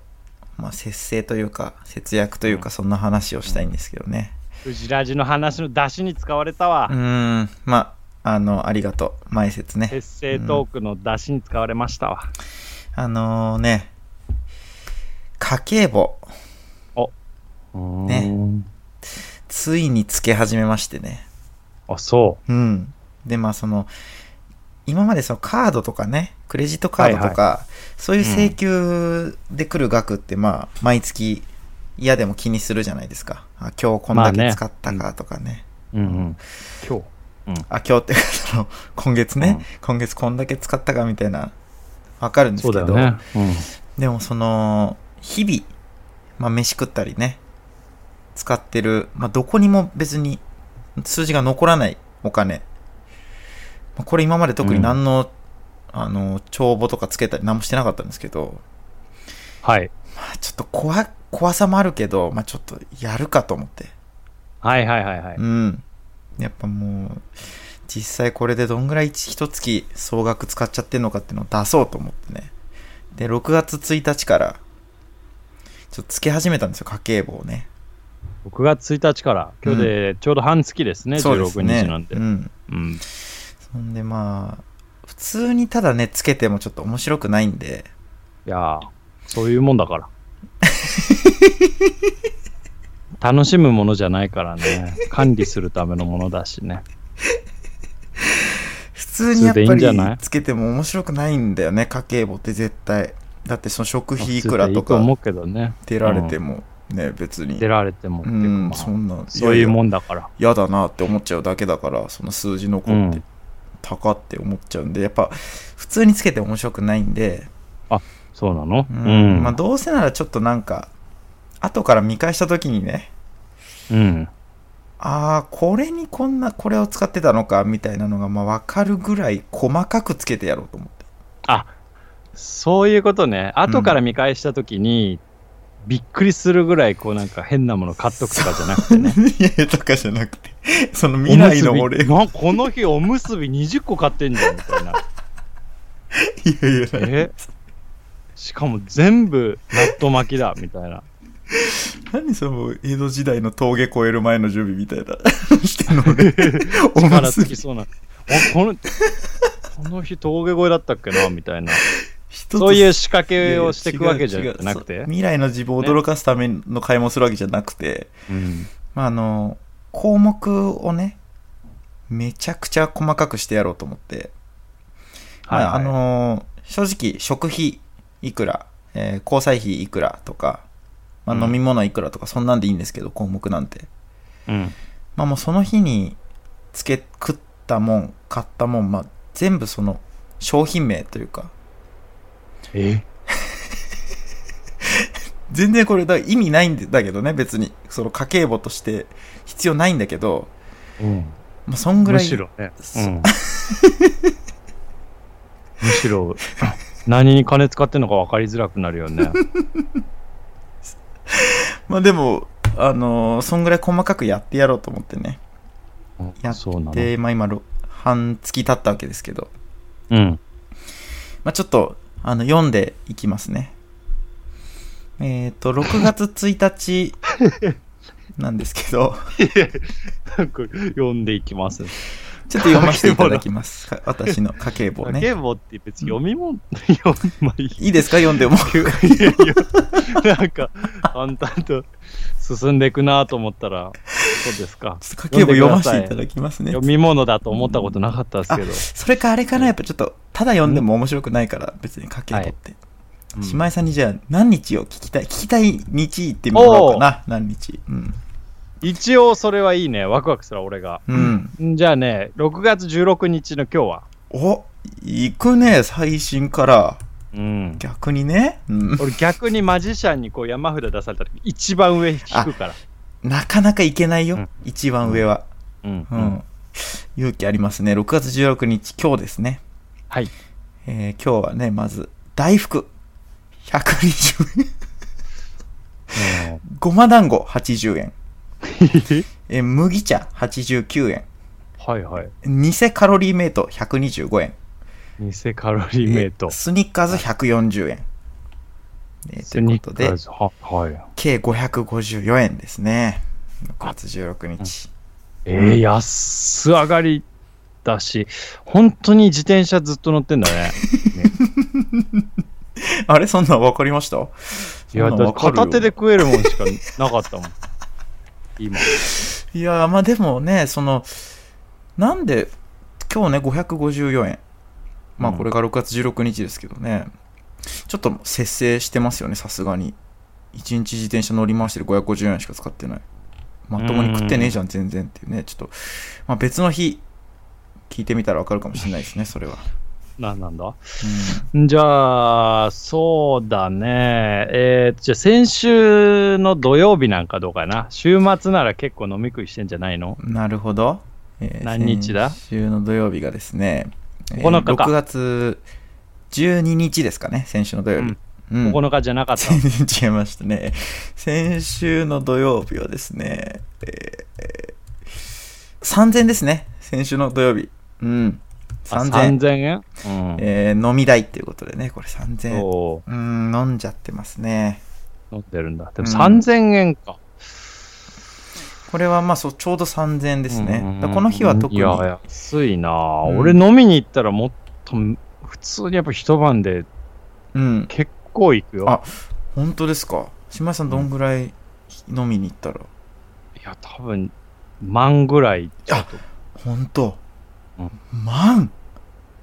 Speaker 2: まあ、節制というか、節約というか、そんな話をしたいんですけどね。
Speaker 3: うじらじの話の出しに使われた
Speaker 2: う
Speaker 3: わ。
Speaker 2: ーん、まあ、あの、ありがとう。前説ね。
Speaker 3: 節制トークの出しに使われましたわ。
Speaker 2: あのね、家計簿、ね
Speaker 3: うーん。
Speaker 2: ついにつけ始めましてね。
Speaker 3: あ、そ
Speaker 2: うん。で、まあ、その、今までそのカードとかね、クレジットカードとか、そういう請求で来る額って、まあ、毎月嫌でも気にするじゃないですか。あ今日こんだ
Speaker 3: まあ
Speaker 2: け
Speaker 3: ね
Speaker 2: 使ったかとかね。
Speaker 3: う。うんうん。今日。
Speaker 2: あ、今日っていうか、 [laughs] その、今月ね、
Speaker 3: うん
Speaker 2: 今月こんだけ使ったかみたいな、わかるんです
Speaker 3: そう
Speaker 2: け
Speaker 3: だ
Speaker 2: ど、
Speaker 3: よね。うん。
Speaker 2: でもその、日々、まあ飯食ったりね、使ってる、まあどこにも別に数字が残らないお金。まあこれ今まで特に何の、あの、帳簿とかつけたり何もしてなかったんですけど、
Speaker 3: はい。
Speaker 2: まあちょっと怖怖さもあるけど、まあ、ちょっとやるかと思って。
Speaker 3: はいはいはいはい。
Speaker 2: うん。やっぱもう、実際これでどんぐらい一一月総額使っちゃってんのかっていうのを出そうと思ってね。で、6月1日から、ちょっとつけ始めたんですよ、家計簿をね。
Speaker 3: 6月1日から、今日でちょうど半月ですね、
Speaker 2: そうです
Speaker 3: 16日なんで。
Speaker 2: ね。うん。
Speaker 3: うん
Speaker 2: そんでまあ、普通にただね、つけてもちょっと面白くないんで、
Speaker 3: いやーそういうもんだから。 [laughs] 楽しむものじゃないからね。管理するためのものだしね。
Speaker 2: 普通にやっぱ
Speaker 3: 普通でいいんじゃない
Speaker 2: りつけても面白くないんだよね、家計簿って絶対。だってその食費いくらと
Speaker 3: [laughs] 普通でいいと
Speaker 2: か
Speaker 3: 思うけどね。
Speaker 2: 出られてもね、別に
Speaker 3: 出。られてもって
Speaker 2: う
Speaker 3: いうか
Speaker 2: ん
Speaker 3: ま、あ
Speaker 2: そんな、
Speaker 3: そういう
Speaker 2: やや
Speaker 3: もんだから。
Speaker 2: 嫌だなって思っちゃうだけだからその数字
Speaker 3: う
Speaker 2: 残って
Speaker 3: ん。
Speaker 2: 高って思っちゃうんで、やっぱ普通につけて面白くないんで、
Speaker 3: そうなのう
Speaker 2: うん
Speaker 3: ん。
Speaker 2: まあ、どうせならちょっとなんか後から見返した時にね
Speaker 3: うん。
Speaker 2: ああこれにこんなこれを使ってたのかみたいなのがまあ分かるぐらい細かくつけてやろうと思って
Speaker 3: そういうことね。後から見返したときに、びっくりするぐらい、こうなんか変なもの買っとくとかじゃなく [laughs] てね。
Speaker 2: [laughs] いやいやとかじゃなくてその未来の俺
Speaker 3: [laughs] おむすび
Speaker 2: を
Speaker 3: なこの日おむすび20個買ってんじゃん、みたいな。
Speaker 2: いやいやな
Speaker 3: えしかも全部納豆巻きだみたい [laughs] な。
Speaker 2: 何その江戸時代の峠越える前の準備みたい
Speaker 3: [laughs]
Speaker 2: なしてんの俺お
Speaker 3: 力
Speaker 2: むす
Speaker 3: つ
Speaker 2: び
Speaker 3: きそうな。あこのこの日峠越えだったっけなみ [laughs] たいな。
Speaker 2: 一つ
Speaker 3: そういう仕掛けをしていくわけじゃな
Speaker 2: 違
Speaker 3: く
Speaker 2: う違う
Speaker 3: て
Speaker 2: そう。未来の自分を驚かすための買い物するわけじゃなくて、
Speaker 3: うん
Speaker 2: まああの項目をねめちゃくちゃ細かくしてやろうと思って、
Speaker 3: はい
Speaker 2: まあ、あ
Speaker 3: はい
Speaker 2: の正直食費いくら、えー交際費いくらとか、まあ、
Speaker 3: うん
Speaker 2: 飲み物いくらとか、そんなんでいいんですけど項目なんて
Speaker 3: うん
Speaker 2: まあもうその日につけ食ったもん買ったもん、まあ、全部その商品名というか
Speaker 3: え
Speaker 2: 全然これだ意味ないんだけどね別にその家計簿として必要ないんだけど、
Speaker 3: うん
Speaker 2: まあ、そんぐら
Speaker 3: む
Speaker 2: い
Speaker 3: しろね。
Speaker 2: そう
Speaker 3: [laughs]
Speaker 2: うん
Speaker 3: むしろ何に金使ってんのか分かりづらくなるよ [laughs] ね。
Speaker 2: まあでもあのーそんぐらい細かくやってやろうと思ってねやって
Speaker 3: そうなの。
Speaker 2: で、まあ、今ろ半月経ったわけですけど、
Speaker 3: うん。
Speaker 2: まあ、ちょっとあの読んでいきますねえっ、と6月1日
Speaker 3: [laughs]
Speaker 2: なんですけど
Speaker 3: 読んでいきます。
Speaker 2: ちょっと読ませていただき
Speaker 3: [laughs]
Speaker 2: ますか私の家計簿ね
Speaker 3: ゲームって別に読み物、 [laughs] 読まあいい
Speaker 2: いいですか読んで
Speaker 3: [laughs]
Speaker 2: も [laughs]
Speaker 3: いやいや、なんか、淡々と進んでいくなと思ったら、そうですか。
Speaker 2: 家計簿読ませていただきますね
Speaker 3: 読み物だと思ったことなかったですけど。
Speaker 2: それかあれかなやっぱちょっとただ読んでも面白くないから別に家計簿って、
Speaker 3: うん
Speaker 2: 島井さんにじゃあ何日を聞きたい聞きたい日言ってもらおうかな何日うん
Speaker 3: 一応それはいいね。ワクワクするわ俺が。
Speaker 2: うん
Speaker 3: じゃあね、6月16日の今日は。
Speaker 2: お行くね最新から
Speaker 3: うん。
Speaker 2: 逆にね、
Speaker 3: [laughs]
Speaker 2: うん、
Speaker 3: 俺逆にマジシャンにこう山札出された時一番上引くから。
Speaker 2: なかなか行けないよ、
Speaker 3: うん
Speaker 2: 一番上は、
Speaker 3: うん。
Speaker 2: うん勇気ありますね6月16日今日ですね、
Speaker 3: はい。
Speaker 2: えー今日はねまず大福120円 [laughs] ごま団子80円、えー麦茶89円
Speaker 3: [laughs] はいはい。
Speaker 2: 偽カロリーメイト125円
Speaker 3: 偽カロリーメイ
Speaker 2: え
Speaker 3: ト
Speaker 2: ー。スニッカーズ140円、えーということで
Speaker 3: スニッカーズははい。
Speaker 2: 計554円ですね6月16日
Speaker 3: えー、安上がりだし、本当に自転車ずっと乗ってんだ
Speaker 2: [laughs]
Speaker 3: ね。
Speaker 2: あれそんなん分かりました
Speaker 3: いや、
Speaker 2: そんなん
Speaker 3: だって
Speaker 2: わかるよ
Speaker 3: 片手で食えるもんしかなか
Speaker 2: [laughs]
Speaker 3: ったもん。今。
Speaker 2: いやーまあでもねそのなんで今日ね554円まあ
Speaker 3: うん
Speaker 2: これが6月16日ですけどね、ちょっと節制してますよねさすがに1日自転車乗り回してる554円しか使ってないまともに食ってねえじゃん全然っていうねちょっと、まあ、別の日聞いてみたら分かるかもしれないですねそれは、
Speaker 3: な、なんだじゃあ、そうだね。えー、じゃあ先週の土曜日なんかどうかな。週末なら結構飲み食いしてんじゃないの
Speaker 2: うんなるほど、えー
Speaker 3: 何日だ
Speaker 2: 先週の土曜日がですね、えー
Speaker 3: 9日か
Speaker 2: 6月12日ですかね先週の土曜日、
Speaker 3: うん
Speaker 2: うん
Speaker 3: 9日じゃな
Speaker 2: [laughs]
Speaker 3: かった。
Speaker 2: 全然違いましたね。先週の土曜日はですね、えーえー3000ですね。先週の土曜日。うん。
Speaker 3: あ
Speaker 2: 3000。
Speaker 3: 円、うん
Speaker 2: えー飲み代っていうことでね、これ3000。
Speaker 3: そう
Speaker 2: ーん、飲んじゃってますね。
Speaker 3: う飲んでるんだ。でも
Speaker 2: うん
Speaker 3: 3000円か。
Speaker 2: これはまあそう、ちょうど3000ですね。
Speaker 3: うん
Speaker 2: だからこの日は特に。
Speaker 3: いや、安いなあ、
Speaker 2: うん
Speaker 3: 俺飲みに行ったらもっと、普通にやっぱ一晩で
Speaker 2: うん。
Speaker 3: 結構行くよ。
Speaker 2: あ本当ですか。島井さんどんぐらい飲みに行ったら。
Speaker 3: いや、多分、万ぐらい、ちょっと、
Speaker 2: 本当
Speaker 3: うん
Speaker 2: 万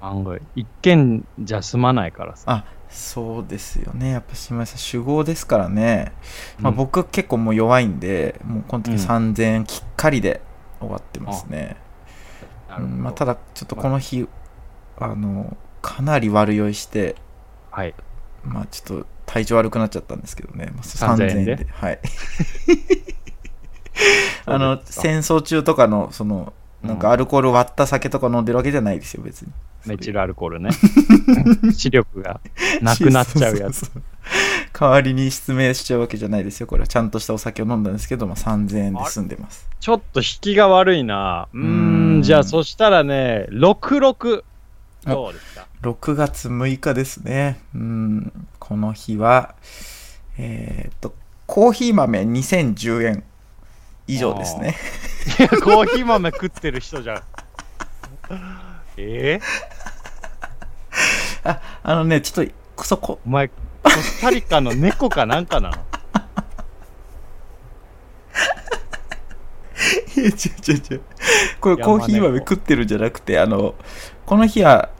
Speaker 3: 万ぐらい。一軒じゃ済まないからさ。
Speaker 2: そうですよね。やっぱ島井さん、酒豪ですからね。まあ、
Speaker 3: うん
Speaker 2: 僕結構もう弱いんで、もうこの時
Speaker 3: うん
Speaker 2: 3000円きっかりで終わってますね。
Speaker 3: な
Speaker 2: う
Speaker 3: るほど
Speaker 2: んまあ、ただ、ちょっとこの日、あの、かなり悪酔いして、
Speaker 3: はい。
Speaker 2: まあちょっと体調悪くなっちゃったんですけどね、まあ、
Speaker 3: 3000
Speaker 2: 3000円
Speaker 3: 円
Speaker 2: で
Speaker 3: で
Speaker 2: はい
Speaker 3: [laughs] か
Speaker 2: あの戦争中とかのそのなんかアルコール割った酒とか飲んでるわけじゃないですよ別に
Speaker 3: メチルアルコー
Speaker 2: [laughs]
Speaker 3: ルね。視力がなくなっちゃ
Speaker 2: [laughs]
Speaker 3: うや
Speaker 2: そ
Speaker 3: つ。
Speaker 2: そそ代わりに失明しちゃうわけじゃないですよこれはちゃんとしたお酒を飲んだんですけど、まあ、3000円で済んでます
Speaker 3: ちょっと引きが悪いな。う
Speaker 2: う
Speaker 3: ー
Speaker 2: ん
Speaker 3: ん、じゃあそしたらね、66。どうですか [laughs]
Speaker 2: 6月6日ですねうんこの日はえーっとコーヒー豆2010円以上ですね
Speaker 3: いや、コーヒー豆食ってる人じゃん。ええ
Speaker 2: [laughs] あのね、ちょっと、そこ、
Speaker 3: お前、コスタリカの猫かな
Speaker 2: [laughs]
Speaker 3: んかなの
Speaker 2: いや、違う違う違う。これ
Speaker 3: 山
Speaker 2: コーヒー豆
Speaker 3: 猫
Speaker 2: 食ってるんじゃなくて、あの、この日は、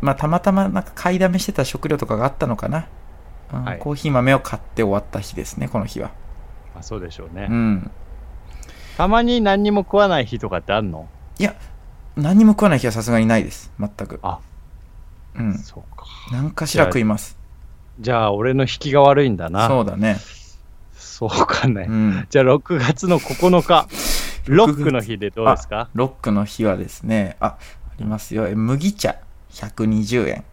Speaker 2: まあ、たまたまなんか買いだめしてた食料とかがあったのかな。うん
Speaker 3: はい
Speaker 2: コーヒー豆を買って終わった日ですね、この日は。
Speaker 3: まあそうでしょう
Speaker 2: う
Speaker 3: ね。
Speaker 2: ん。
Speaker 3: たまに何にも食わない日とかってあんの
Speaker 2: 何も食わない日はさすがにないです、全く。
Speaker 3: あ
Speaker 2: うん。
Speaker 3: そうか。
Speaker 2: 何かしら食います。
Speaker 3: じゃあ俺の引きが悪いんだな。
Speaker 2: そうだね。
Speaker 3: そうかね。
Speaker 2: うん。
Speaker 3: じゃあ6月の9日、ロックの日でどうですか
Speaker 2: ロックの日はですね、あ、ありますよ。え麦茶120円。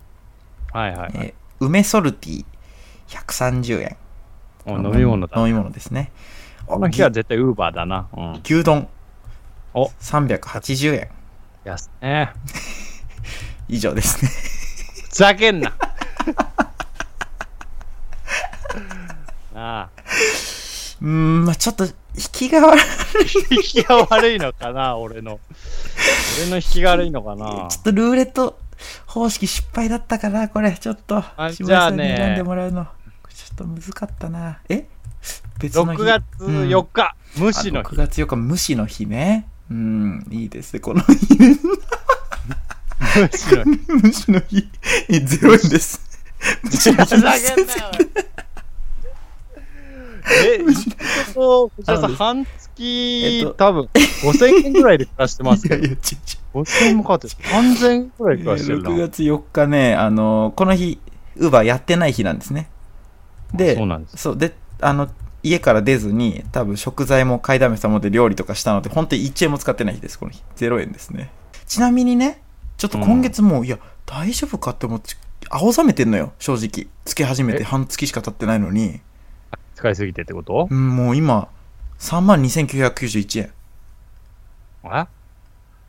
Speaker 3: はいはい。
Speaker 2: え梅ソルティ130円。
Speaker 3: お飲み物だ。
Speaker 2: 飲み物ですね。
Speaker 3: この日は絶対ウーバーだな。うん。
Speaker 2: 牛丼
Speaker 3: お
Speaker 2: 380円
Speaker 3: 安いね。
Speaker 2: 以上ですね [laughs]
Speaker 3: ふざけんななあ。
Speaker 2: うーんまあちょっと引きが悪い
Speaker 3: 引きが悪いのかな俺の。俺の引きが悪いのかな
Speaker 2: ちょっとルーレット方式失敗だったかなこれちょっと
Speaker 3: あ
Speaker 2: 渋谷さん
Speaker 3: じゃあ
Speaker 2: に
Speaker 3: ね
Speaker 2: 選んでもらうのちょっと難かったなえ別の日
Speaker 3: ?6 月4日、無視の
Speaker 2: あ6
Speaker 3: 日。
Speaker 2: 月4日無視の日ねうんいいですねこの日ね
Speaker 3: 無視の日。
Speaker 2: 無視の日え0円です無視の [laughs] 日
Speaker 3: ふざけんなよえ、ずっと、藤田さん、半
Speaker 2: えっ
Speaker 3: 月
Speaker 2: と、
Speaker 3: 多分、5000円ぐらいで暮らしてます
Speaker 2: い
Speaker 3: け
Speaker 2: やい
Speaker 3: ど
Speaker 2: や、違う違う
Speaker 3: 5000円もかかってる、3000円ぐらい暮らしてるな。
Speaker 2: 6月4日ね、あのこの日、ウーバーやってない日なんですね。で、
Speaker 3: そうなんです。
Speaker 2: そうであの家から出ずに、多分食材も買いだめしたもので料理とかしたので、本当に1円も使ってない日です、この日。0円ですね。ちなみにね、ちょっと今月もう、いや、大丈夫かって思って、青ざめてんのよ、正直。つけ始めて
Speaker 3: え
Speaker 2: 半月しか経ってないのに、
Speaker 3: 使いすぎてってこと
Speaker 2: うんもう今、32,991円。
Speaker 3: え
Speaker 2: や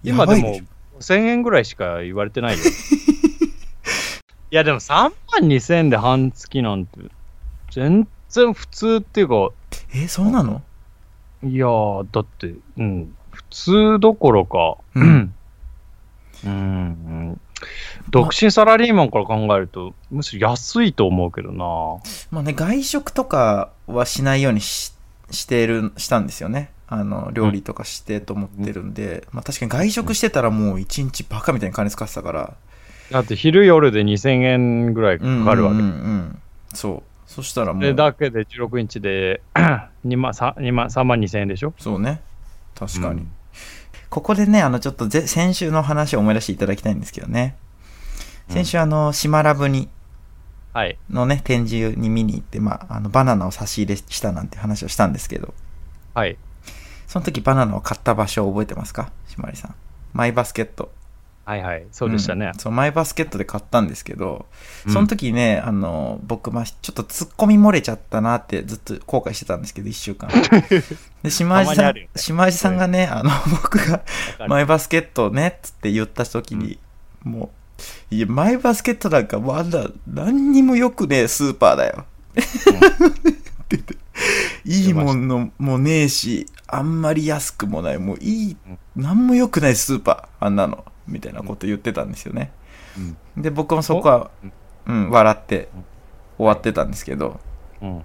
Speaker 3: 今
Speaker 2: ば
Speaker 3: で
Speaker 2: いし
Speaker 3: も
Speaker 2: ょ、
Speaker 3: 5000円ぐらいしか言われ
Speaker 2: [laughs]
Speaker 3: てないよ。いや、でも3万2000円で半月なんて、全然普通っていうか、
Speaker 2: え、そうなの
Speaker 3: いやー、だって、うん、普通どころか、
Speaker 2: う
Speaker 3: うんん、うん、独身サラリーマンから考えると、むしろ安いと思うけどな。
Speaker 2: まあね、外食とかはしないようにししてる、したんですよね。あの、料理とかしてと思ってるんで、まあ確かに外食してたらもう一日バカみたいに金使ってたから。
Speaker 3: だって昼夜で2000円ぐらいかかる
Speaker 2: うんうん
Speaker 3: わけ。
Speaker 2: うん。そう。そしたらも
Speaker 3: で、
Speaker 2: う、
Speaker 3: だけで16インチで [clears throat] 2万、3, 2万3万2000円でしょ
Speaker 2: そうね。確かに。
Speaker 3: うん
Speaker 2: ここでね、あの、ちょっとぜ先週の話を思い出していただきたいんですけどね。先週、あの、島ラブに、
Speaker 3: はい。
Speaker 2: のね、展示に見に行って、まあ、あの、バナナを差し入れしたなんて話をしたんですけど、
Speaker 3: はい。
Speaker 2: その時バナナを買った場所を覚えてますかひまわりさん。マイバスケット。
Speaker 3: はいはい。そうでしたね。
Speaker 2: んそうマイバスケットで買ったんですけどその時ね、あの僕、まあ、ちょっと突っ込み漏れちゃったなってずっと後悔してたんですけど1週間
Speaker 3: [laughs]
Speaker 2: で島地
Speaker 3: たまに
Speaker 2: さ
Speaker 3: あ
Speaker 2: ん、
Speaker 3: るよね
Speaker 2: 島地さんがねあの [laughs] 僕が
Speaker 3: か
Speaker 2: 「
Speaker 3: る
Speaker 2: マイバスケットね」っつって言った時に、もう「いやマイバスケットなんかまだ何にもよくねえスーパーだよ」 [laughs] って言っていいもんのもねえしあんまり安くもないもういい何も良くないスーパーあんなのみたいなこと言ってたんですよね、で僕もそこは
Speaker 3: うん、
Speaker 2: うん、笑って終わってたんですけど
Speaker 3: うん。うん。
Speaker 2: い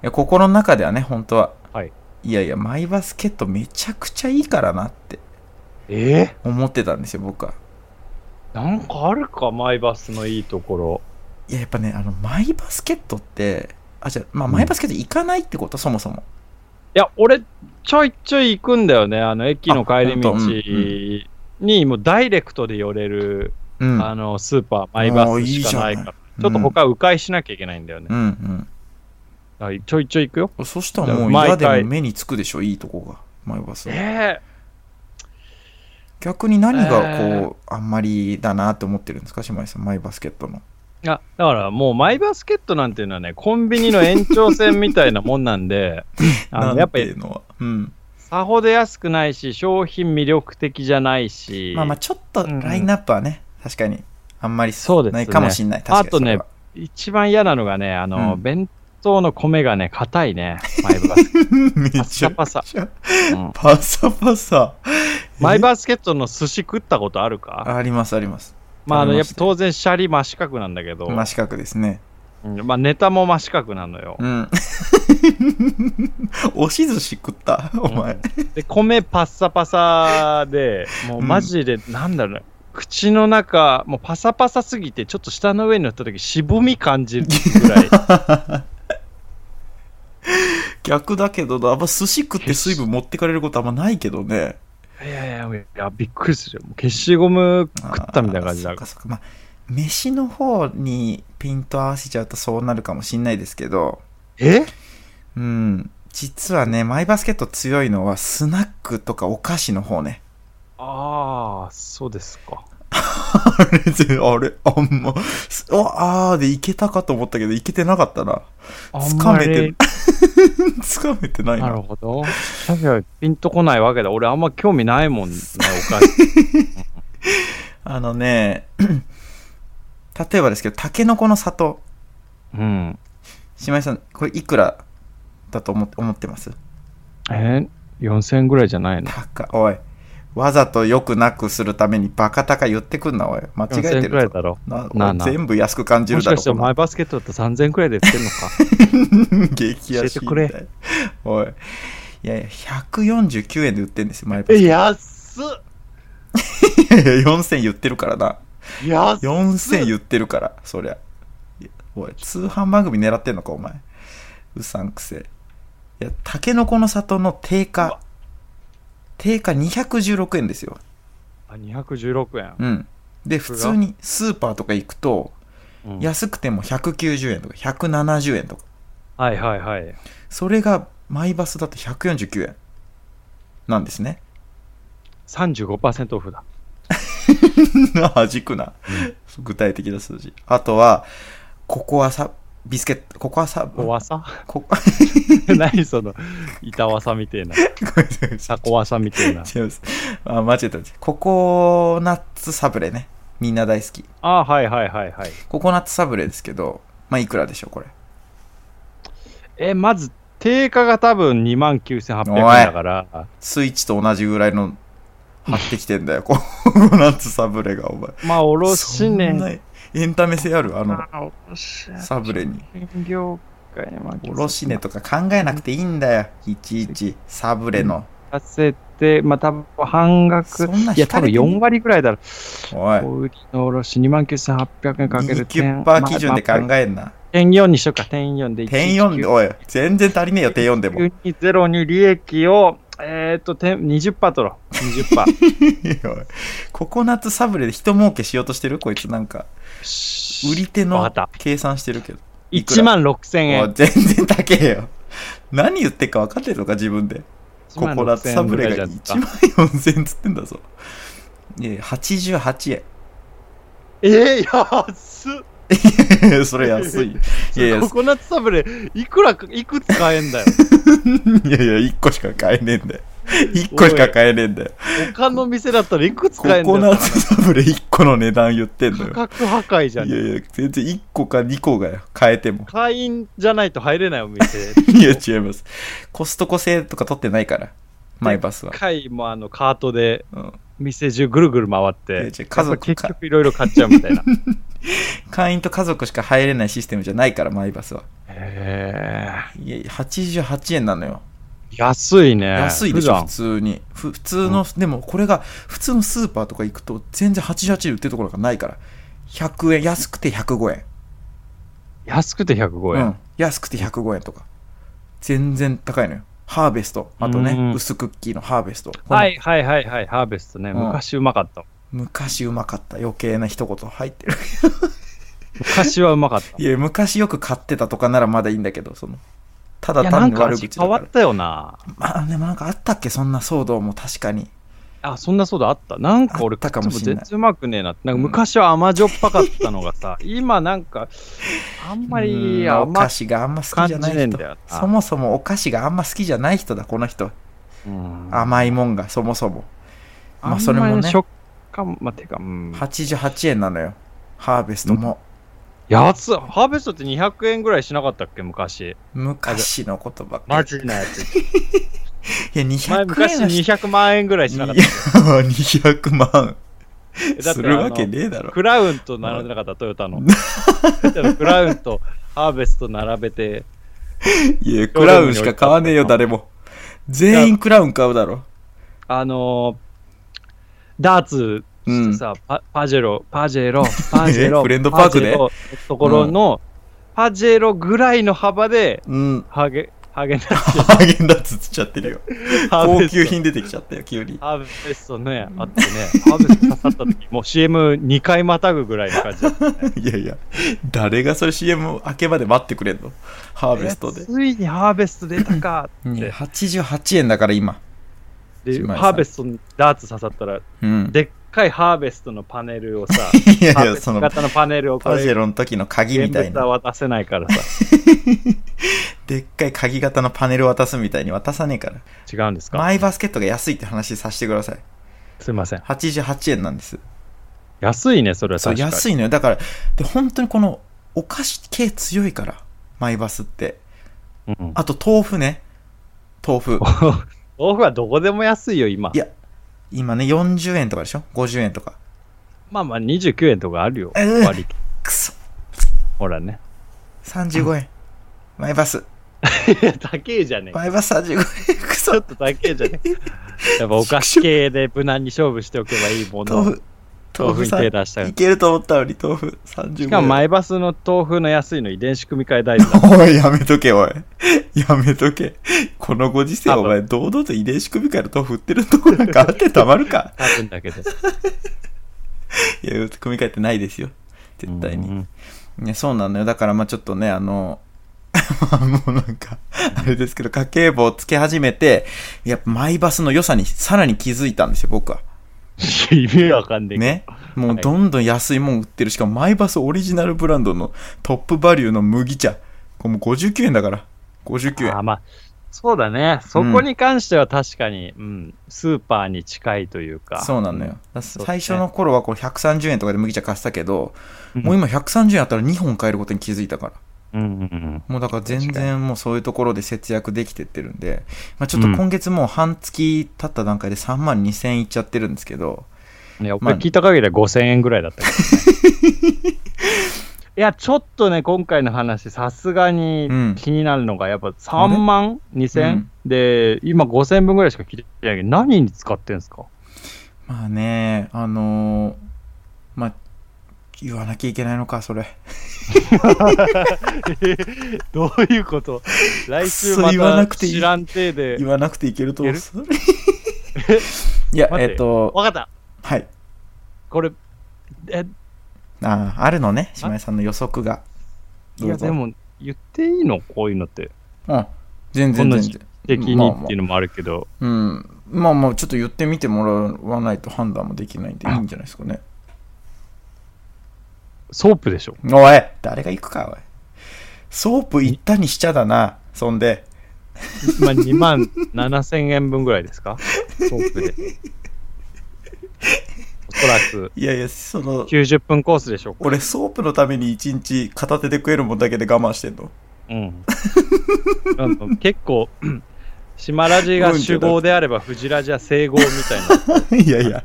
Speaker 2: や心の中ではね本当は
Speaker 3: はい。
Speaker 2: いやいやマイバスケットめちゃくちゃいいからなって
Speaker 3: ええ
Speaker 2: 思ってたんですよ僕は
Speaker 3: なんかあるか、マイバスのいいところ。
Speaker 2: いややっぱねあのマイバスケットってあじゃあまあマイバスケット行かないってこと、そもそも
Speaker 3: いや、俺、ちょいちょい行くんだよね。あの、駅の帰
Speaker 2: あほんと
Speaker 3: り道に、もうダイレクトで寄れる、
Speaker 2: うん
Speaker 3: あの、スーパー、マイバ
Speaker 2: おー
Speaker 3: ス
Speaker 2: いい
Speaker 3: し
Speaker 2: じゃ
Speaker 3: か
Speaker 2: な
Speaker 3: ないいから。ちょっと他、迂回しなきゃいけないんだよね。
Speaker 2: うんうん
Speaker 3: だからちょいちょい行くよ。
Speaker 2: うんそしたらもう
Speaker 3: じゃあ
Speaker 2: 嫌で
Speaker 3: 毎
Speaker 2: も
Speaker 3: 回
Speaker 2: 目につくでしょいいとこがマイバスは
Speaker 3: ええ
Speaker 2: 逆に何がこう、
Speaker 3: え
Speaker 2: あんまりだなって思ってるんですか島井さんマイバスケットの
Speaker 3: いや、だからもうマイバスケットなんていうのはね、コンビニの延長線みたいなもんなんで、
Speaker 2: [laughs]
Speaker 3: あのやっぱ
Speaker 2: なん
Speaker 3: り
Speaker 2: ていうのはうん
Speaker 3: さほど安くないし、商品魅力的じゃないし、
Speaker 2: まあまあちょっとラインナップはね、確かにあんまり
Speaker 3: そうですね
Speaker 2: ないかもしれない確かに
Speaker 3: あとね
Speaker 2: それは [laughs]
Speaker 3: 一番嫌なのがね、あの、
Speaker 2: うん
Speaker 3: 弁当の米がね、硬いね、マイ
Speaker 2: [laughs]
Speaker 3: バスケッ
Speaker 2: め
Speaker 3: ト。パ
Speaker 2: ちゃ
Speaker 3: サ
Speaker 2: く
Speaker 3: パサ。
Speaker 2: ちゃ
Speaker 3: うん
Speaker 2: パサパサ
Speaker 3: マイバスケットの寿司食ったことあるか
Speaker 2: ありますあります
Speaker 3: まあ、あの、
Speaker 2: 食べ
Speaker 3: や
Speaker 2: ま
Speaker 3: っ
Speaker 2: し
Speaker 3: ぱ
Speaker 2: た
Speaker 3: 当然シャリ真四角なんだけど、
Speaker 2: 真四角ですね
Speaker 3: うんまあ、ネタも真四角なのよ。
Speaker 2: うん
Speaker 3: [laughs]
Speaker 2: 押し寿司食ったお前、
Speaker 3: で、米パッサパサで、もうマジで、なんだろうね、口の中、もうパサパサすぎて、ちょっと舌の上に乗った時、渋み感じる
Speaker 2: [laughs]
Speaker 3: ぐらい。
Speaker 2: 逆だけどなあんま寿司食って水分持ってかれることあんまないけどね
Speaker 3: いやいやいや、いやびっくりするよ。もう消しゴム食ったみたいな感じ
Speaker 2: あーそっ
Speaker 3: だか。
Speaker 2: からそっかまあ飯の方にピント合わせちゃうとそうなるかもしんないですけど
Speaker 3: え
Speaker 2: うん実はねマイバスケット強いのはスナックとかお菓子の方ね
Speaker 3: ああ、そうですか。
Speaker 2: あれぜあれあんまおあーでいけたかと思ったけどいけてなかったな [laughs]
Speaker 3: あんま
Speaker 2: 掴めて
Speaker 3: り
Speaker 2: る。つかめてない
Speaker 3: な
Speaker 2: な
Speaker 3: るほど。確かにピンとこないわけだ。俺あんま興味ないもんね、お
Speaker 2: [laughs]
Speaker 3: 菓子。
Speaker 2: あのね [clears throat] 例えばですけどタケノコの里
Speaker 3: うん。
Speaker 2: 島井さんこれいくらだと思って思ってます
Speaker 3: えー、4000円ぐらいじゃないの
Speaker 2: 高いおいわざと良くなくするためにバカ高言ってくんなおい間違え
Speaker 3: ?4000
Speaker 2: て
Speaker 3: 円ぐらい
Speaker 2: る
Speaker 3: だろ。
Speaker 2: な
Speaker 3: なあなあ
Speaker 2: 全部安く感じ
Speaker 3: も
Speaker 2: る
Speaker 3: し
Speaker 2: だ
Speaker 3: か
Speaker 2: ろ
Speaker 3: したらマイバスケットだと3000円くらいで売ってんの
Speaker 2: [laughs]
Speaker 3: か。
Speaker 2: 激安みたい
Speaker 3: 教えて
Speaker 2: おいいやいや149円で売ってんですよマイバスケ
Speaker 3: 安っ
Speaker 2: ッ [laughs] トいやいや4000言ってるからな
Speaker 3: 安っ
Speaker 2: 4000言ってるからそりゃいやおい通販番組狙ってんのかお前うさんくせえいやたけのこの里の定
Speaker 3: う
Speaker 2: 価
Speaker 3: わ
Speaker 2: 定価216円ですよ
Speaker 3: あ !216 円。
Speaker 2: うんで普通にスーパーとか行くと
Speaker 3: うん
Speaker 2: 安くても190円とか170円とか
Speaker 3: はいはいはい。
Speaker 2: それがマイバスだと149円なんですね [laughs]
Speaker 3: 35%オフだ。
Speaker 2: 弾くな、具体的な数字あとはココアサビスケットココアサ
Speaker 3: 怖さ [laughs]
Speaker 2: ココ
Speaker 3: 何その、板わさみてえな。
Speaker 2: ごめんなさい
Speaker 3: タコわさみ [laughs] てえな。
Speaker 2: [laughs] 違います。あ、間違えた。ココナッツサブレね。みんな大好き。
Speaker 3: ああ、はいはいはいはい。
Speaker 2: ココナッツサブレですけど、まあ、いくらでしょう、これ。
Speaker 3: え、まず、定価が多分29,800円だから、
Speaker 2: スイッチと同じぐらいの、貼ってきてん
Speaker 3: [laughs]
Speaker 2: だよ、ココナッツサブレが、お前。
Speaker 3: まあ、おろし
Speaker 2: そん
Speaker 3: ね
Speaker 2: なエンタメ性あるあの、
Speaker 3: あおろし
Speaker 2: サブレに。
Speaker 3: 業界ま
Speaker 2: おろしねとか考えなくていいんだよ、いちいち。サブレの。
Speaker 3: させて、まあ、多分半
Speaker 2: そ
Speaker 3: 額。
Speaker 2: んない
Speaker 3: や、多分4
Speaker 2: 割。
Speaker 3: 割ぐらいだろ。
Speaker 2: おい。
Speaker 3: 小売りのおろし29,800円かける
Speaker 2: 2パー基準で考
Speaker 3: え。
Speaker 2: えんな。
Speaker 3: 点4にしとくか、点4で。
Speaker 2: 点4で、おい。全然足りねえよ、点4でも。
Speaker 3: 9 2 0に利益を、えっ、ー、と、点20%取ろう。
Speaker 2: [laughs]
Speaker 3: 20%。
Speaker 2: いや [laughs] おいココナッツサブレで人儲けしようとしてるこいつなんか売り手
Speaker 3: わか
Speaker 2: の
Speaker 3: った
Speaker 2: 計算してるけどいくら
Speaker 3: 1万6000
Speaker 2: おい
Speaker 3: 円。
Speaker 2: 全然高えよ何言ってっか分かってるのか自分でココナッツサブレが1万4000つってんだぞえー88
Speaker 3: えー、安っ
Speaker 2: 円 [laughs] それ安
Speaker 3: [laughs]
Speaker 2: いいやいや
Speaker 3: ココナッツサブレ、いくら、いくつ買えんだよ。
Speaker 2: いやいや1個しか買えねえんだよ1個しか買えねえんだよ
Speaker 3: 他の店だったらいくつ
Speaker 2: コ
Speaker 3: 買えんだ
Speaker 2: コ
Speaker 3: よ。
Speaker 2: ナッツサブレ1個の値段言ってんの
Speaker 3: 価
Speaker 2: よ
Speaker 3: 格破壊じゃ
Speaker 2: い
Speaker 3: ん。
Speaker 2: やいや全然1個か2個がよ買えても
Speaker 3: 会員じゃないと入れないお店。
Speaker 2: [laughs] いや違いますコストコ製とか取ってないからマイバスは、
Speaker 3: 会もあのカートで
Speaker 2: うん、
Speaker 3: 店中ぐるぐる回っ
Speaker 2: いや違
Speaker 3: て
Speaker 2: う、家族
Speaker 3: やっぱ結局いろいろ買っちゃうみたい
Speaker 2: [laughs]
Speaker 3: な。
Speaker 2: 会員と家族しか入れないシステムじゃないからマイバスは
Speaker 3: へ
Speaker 2: いや88円なのよ
Speaker 3: え。安いね。
Speaker 2: 安いでしょ
Speaker 3: 普
Speaker 2: 普通にふ普通の、でもこれが普通のスーパーとか行くと全然88円売ってるところがないから100円安くて105円
Speaker 3: 段安くて105
Speaker 2: う
Speaker 3: 円
Speaker 2: ん。、安くて105円とか全然高いのよハーベストあと
Speaker 3: うん
Speaker 2: ね薄クッキーのハーベスト
Speaker 3: はいはいはいはい、ハーベストね。
Speaker 2: うん
Speaker 3: 昔うまかった。
Speaker 2: 昔うまかった余計な一言入ってる
Speaker 3: 昔はうまかった。
Speaker 2: いや昔よく買ってたとかならまだいいんだけどその [laughs] ただ
Speaker 3: いや、な
Speaker 2: 単
Speaker 3: ん
Speaker 2: に
Speaker 3: か
Speaker 2: 悪
Speaker 3: 味
Speaker 2: 口
Speaker 3: 変
Speaker 2: だ
Speaker 3: わ
Speaker 2: か
Speaker 3: っ
Speaker 2: ら
Speaker 3: たよな。
Speaker 2: まあでもなんかあったっけそんな騒動も確かに
Speaker 3: あ、そんなそうだあった。なんか俺、
Speaker 2: あったかもしんない
Speaker 3: いつも全然うまくねえなって。なんか昔は甘じょっぱかったのがさ、今なんか、あんま
Speaker 2: う
Speaker 3: り
Speaker 2: んお
Speaker 3: 甘
Speaker 2: 菓
Speaker 3: く
Speaker 2: 子があんま好き
Speaker 3: 感
Speaker 2: じゃ
Speaker 3: じ
Speaker 2: な
Speaker 3: ね
Speaker 2: い
Speaker 3: えん
Speaker 2: 人
Speaker 3: だよ
Speaker 2: そもそもお菓子があんま好きじゃない人だこの人
Speaker 3: な。
Speaker 2: 甘いもんがそもそもまあそれ
Speaker 3: ん
Speaker 2: も
Speaker 3: り
Speaker 2: ね
Speaker 3: 食感、まあ、てか、うん。
Speaker 2: 88円なのよハーベストも
Speaker 3: 安っハーベストって200円ぐ [laughs] らいしなかったっけ昔。
Speaker 2: 昔のことばっか
Speaker 3: マ
Speaker 2: り
Speaker 3: ジなやつ。
Speaker 2: いや
Speaker 3: 前
Speaker 2: 200
Speaker 3: 昔
Speaker 2: 円はし
Speaker 3: 200万円ぐらいしなかっ
Speaker 2: いや200万
Speaker 3: た。だって
Speaker 2: するわけ
Speaker 3: あの
Speaker 2: ねえだろ
Speaker 3: クラウンと並んでなかった、トヨタの。クラウンとハーベスト並べて、
Speaker 2: いやクラウンしか買わねえよ誰も全員クラウン買うだろ
Speaker 3: あのーダーツしてさ、パパジェロ、パジェロ、パジェ
Speaker 2: [laughs]
Speaker 3: ロ、
Speaker 2: えフレンドパークで
Speaker 3: パジェロのところの、パジェロぐらいの幅で、
Speaker 2: うん [laughs]
Speaker 3: ハゲ、ハゲナッツ、
Speaker 2: ハーゲンダッツつっちゃってるよ
Speaker 3: ハー
Speaker 2: 高
Speaker 3: ベスト
Speaker 2: 級品出てきちゃったよ急に
Speaker 3: ハーベストね、あってね、ハーベスト刺さった時、もう CM2 回またぐぐらいの感じだったね。
Speaker 2: [laughs] いやいや誰がそれ CM 明けまで待ってくれんのハーベストで
Speaker 3: ついにハーベスト出たかって。
Speaker 2: 88円だから今
Speaker 3: で、
Speaker 2: 島根さん
Speaker 3: ハーベストにダーツ刺さったら、
Speaker 2: うん
Speaker 3: でっかいハーベストのパネルをさ、
Speaker 2: [laughs] いや
Speaker 3: ハ
Speaker 2: い
Speaker 3: ー
Speaker 2: や
Speaker 3: ベス
Speaker 2: そ
Speaker 3: ト
Speaker 2: の
Speaker 3: 型のパネルをこ
Speaker 2: パジェ
Speaker 3: れ、
Speaker 2: ロの時の鍵
Speaker 3: 現
Speaker 2: みたい
Speaker 3: 物は
Speaker 2: な
Speaker 3: 渡せないからさ、
Speaker 2: [laughs] でっかい鍵型のパネル渡すみたいに渡さねえから
Speaker 3: 違うんですか
Speaker 2: マイバスケットが安いって話させてください
Speaker 3: すいません。
Speaker 2: 88円なんです
Speaker 3: 安いね、それは
Speaker 2: そう
Speaker 3: 確かに。
Speaker 2: 安いのよだからで本当にこのお菓子系強いからマイバスって
Speaker 3: うん
Speaker 2: あと豆腐ね豆腐
Speaker 3: 豆腐はどこでも安いよ、今
Speaker 2: い。や今ね40円とかでしょ50円とか
Speaker 3: まあまあ、29円とかあるよ。
Speaker 2: えー
Speaker 3: 割り
Speaker 2: くそ
Speaker 3: ほらね。 [laughs]
Speaker 2: 35円マイバス
Speaker 3: いや高えじゃねえか。
Speaker 2: マイバス35円く
Speaker 3: ちょ
Speaker 2: そ
Speaker 3: っと高えじゃね
Speaker 2: [laughs]
Speaker 3: えか。やっぱお菓子系で無難に勝負しておけばいいも
Speaker 2: 豆
Speaker 3: の。
Speaker 2: 腐
Speaker 3: 豆腐に
Speaker 2: さ
Speaker 3: 手出したよ
Speaker 2: いけると思ったのに豆腐35円
Speaker 3: しかも、マイバスの豆腐の安いの遺伝子組み換え
Speaker 2: [laughs]
Speaker 3: 大事だ。
Speaker 2: おい、やめとけ、おい。やめとけ。このご時世、
Speaker 3: 多分
Speaker 2: お前、堂々と遺伝子組から豆腐売ってるとこなんかあってたまるか。 [laughs]
Speaker 3: 多分だけど。
Speaker 2: いや、組み替えてないですよ。絶対
Speaker 3: う
Speaker 2: に。
Speaker 3: ん [laughs]
Speaker 2: ね、そうなのよ。だから、まあちょっとね、あの、 [laughs] まあもうなんか、あれですけど、家計簿をつけ始めて、やっぱマイバスの良さにさらに気づいたんですよ、僕は。
Speaker 3: 意味わかんねえけど。
Speaker 2: ね。も
Speaker 3: は
Speaker 2: う
Speaker 3: い
Speaker 2: どんどん安いもん売ってる。しかもマイバスオリジナルブランドのトップバリューの麦茶。これもう59円だから。59円
Speaker 3: あ。まあ、そうだね。そこに関しては確かに、うん、スーパーに近いというか。
Speaker 2: そうなのよ。だ
Speaker 3: そう
Speaker 2: 最初の頃はこれ130円とかで麦茶貸したけど、
Speaker 3: うん
Speaker 2: もう今130円あったら2本買えることに気づいたから。
Speaker 3: うんうんうん。
Speaker 2: もうだから全
Speaker 3: 確
Speaker 2: 然もうそういうところで節約できてってるんで、まあ、ちょっと今月もう半月経った段階で3万2000円いっちゃってるんですけど、
Speaker 3: いや、こ
Speaker 2: まあ
Speaker 3: れ聞いた限りは5000円ぐら
Speaker 2: [laughs]
Speaker 3: いだったけどね、いや、ちょっとね、今回の話、さすがに
Speaker 2: うん
Speaker 3: 気になるのが、やっぱ3万2000、
Speaker 2: うん
Speaker 3: で、今5000分ぐらいしか聞いてないけど、何に使ってん
Speaker 2: [laughs]
Speaker 3: すか
Speaker 2: まあね、あのーまあ、言わなきゃいけないのか、それ。
Speaker 3: どういうこと来週ま
Speaker 2: 言わな
Speaker 3: た
Speaker 2: くていい
Speaker 3: 知らんてで
Speaker 2: 言。わなくていけると思う。
Speaker 3: い
Speaker 2: それ [laughs] いや、
Speaker 3: 待って
Speaker 2: えっと、
Speaker 3: わかった
Speaker 2: はい。
Speaker 3: これ、え、
Speaker 2: あーあるのね、島井さんの予測が。
Speaker 3: い
Speaker 2: ど
Speaker 3: や、
Speaker 2: うぞ
Speaker 3: でも、言っていいのこういうのって。
Speaker 2: うん、全
Speaker 3: こ
Speaker 2: 然
Speaker 3: んな
Speaker 2: 全
Speaker 3: じ
Speaker 2: 然。
Speaker 3: 的にっていうのもあるけど、
Speaker 2: うん。まあまあ、ちょっと言ってみてもらわないと判断もできないんでいいんじゃないですかね。
Speaker 3: ソープでしょ。
Speaker 2: おい誰が行くか、おい。ソープ行ったにしちゃだな。そんで。
Speaker 3: まあ、2万7000円分ぐらいで
Speaker 2: [laughs]
Speaker 3: すかソープで。おそらく
Speaker 2: いやいや、その、
Speaker 3: 90分コースでしょうか。
Speaker 2: 俺、ソープのために一日片手で食えるもんだけで我慢してんの。
Speaker 3: うん。なんか結構、 [clears throat] 島ラジが主語であれば、フジラジは整合みた
Speaker 2: [laughs]
Speaker 3: いな。
Speaker 2: いやいや、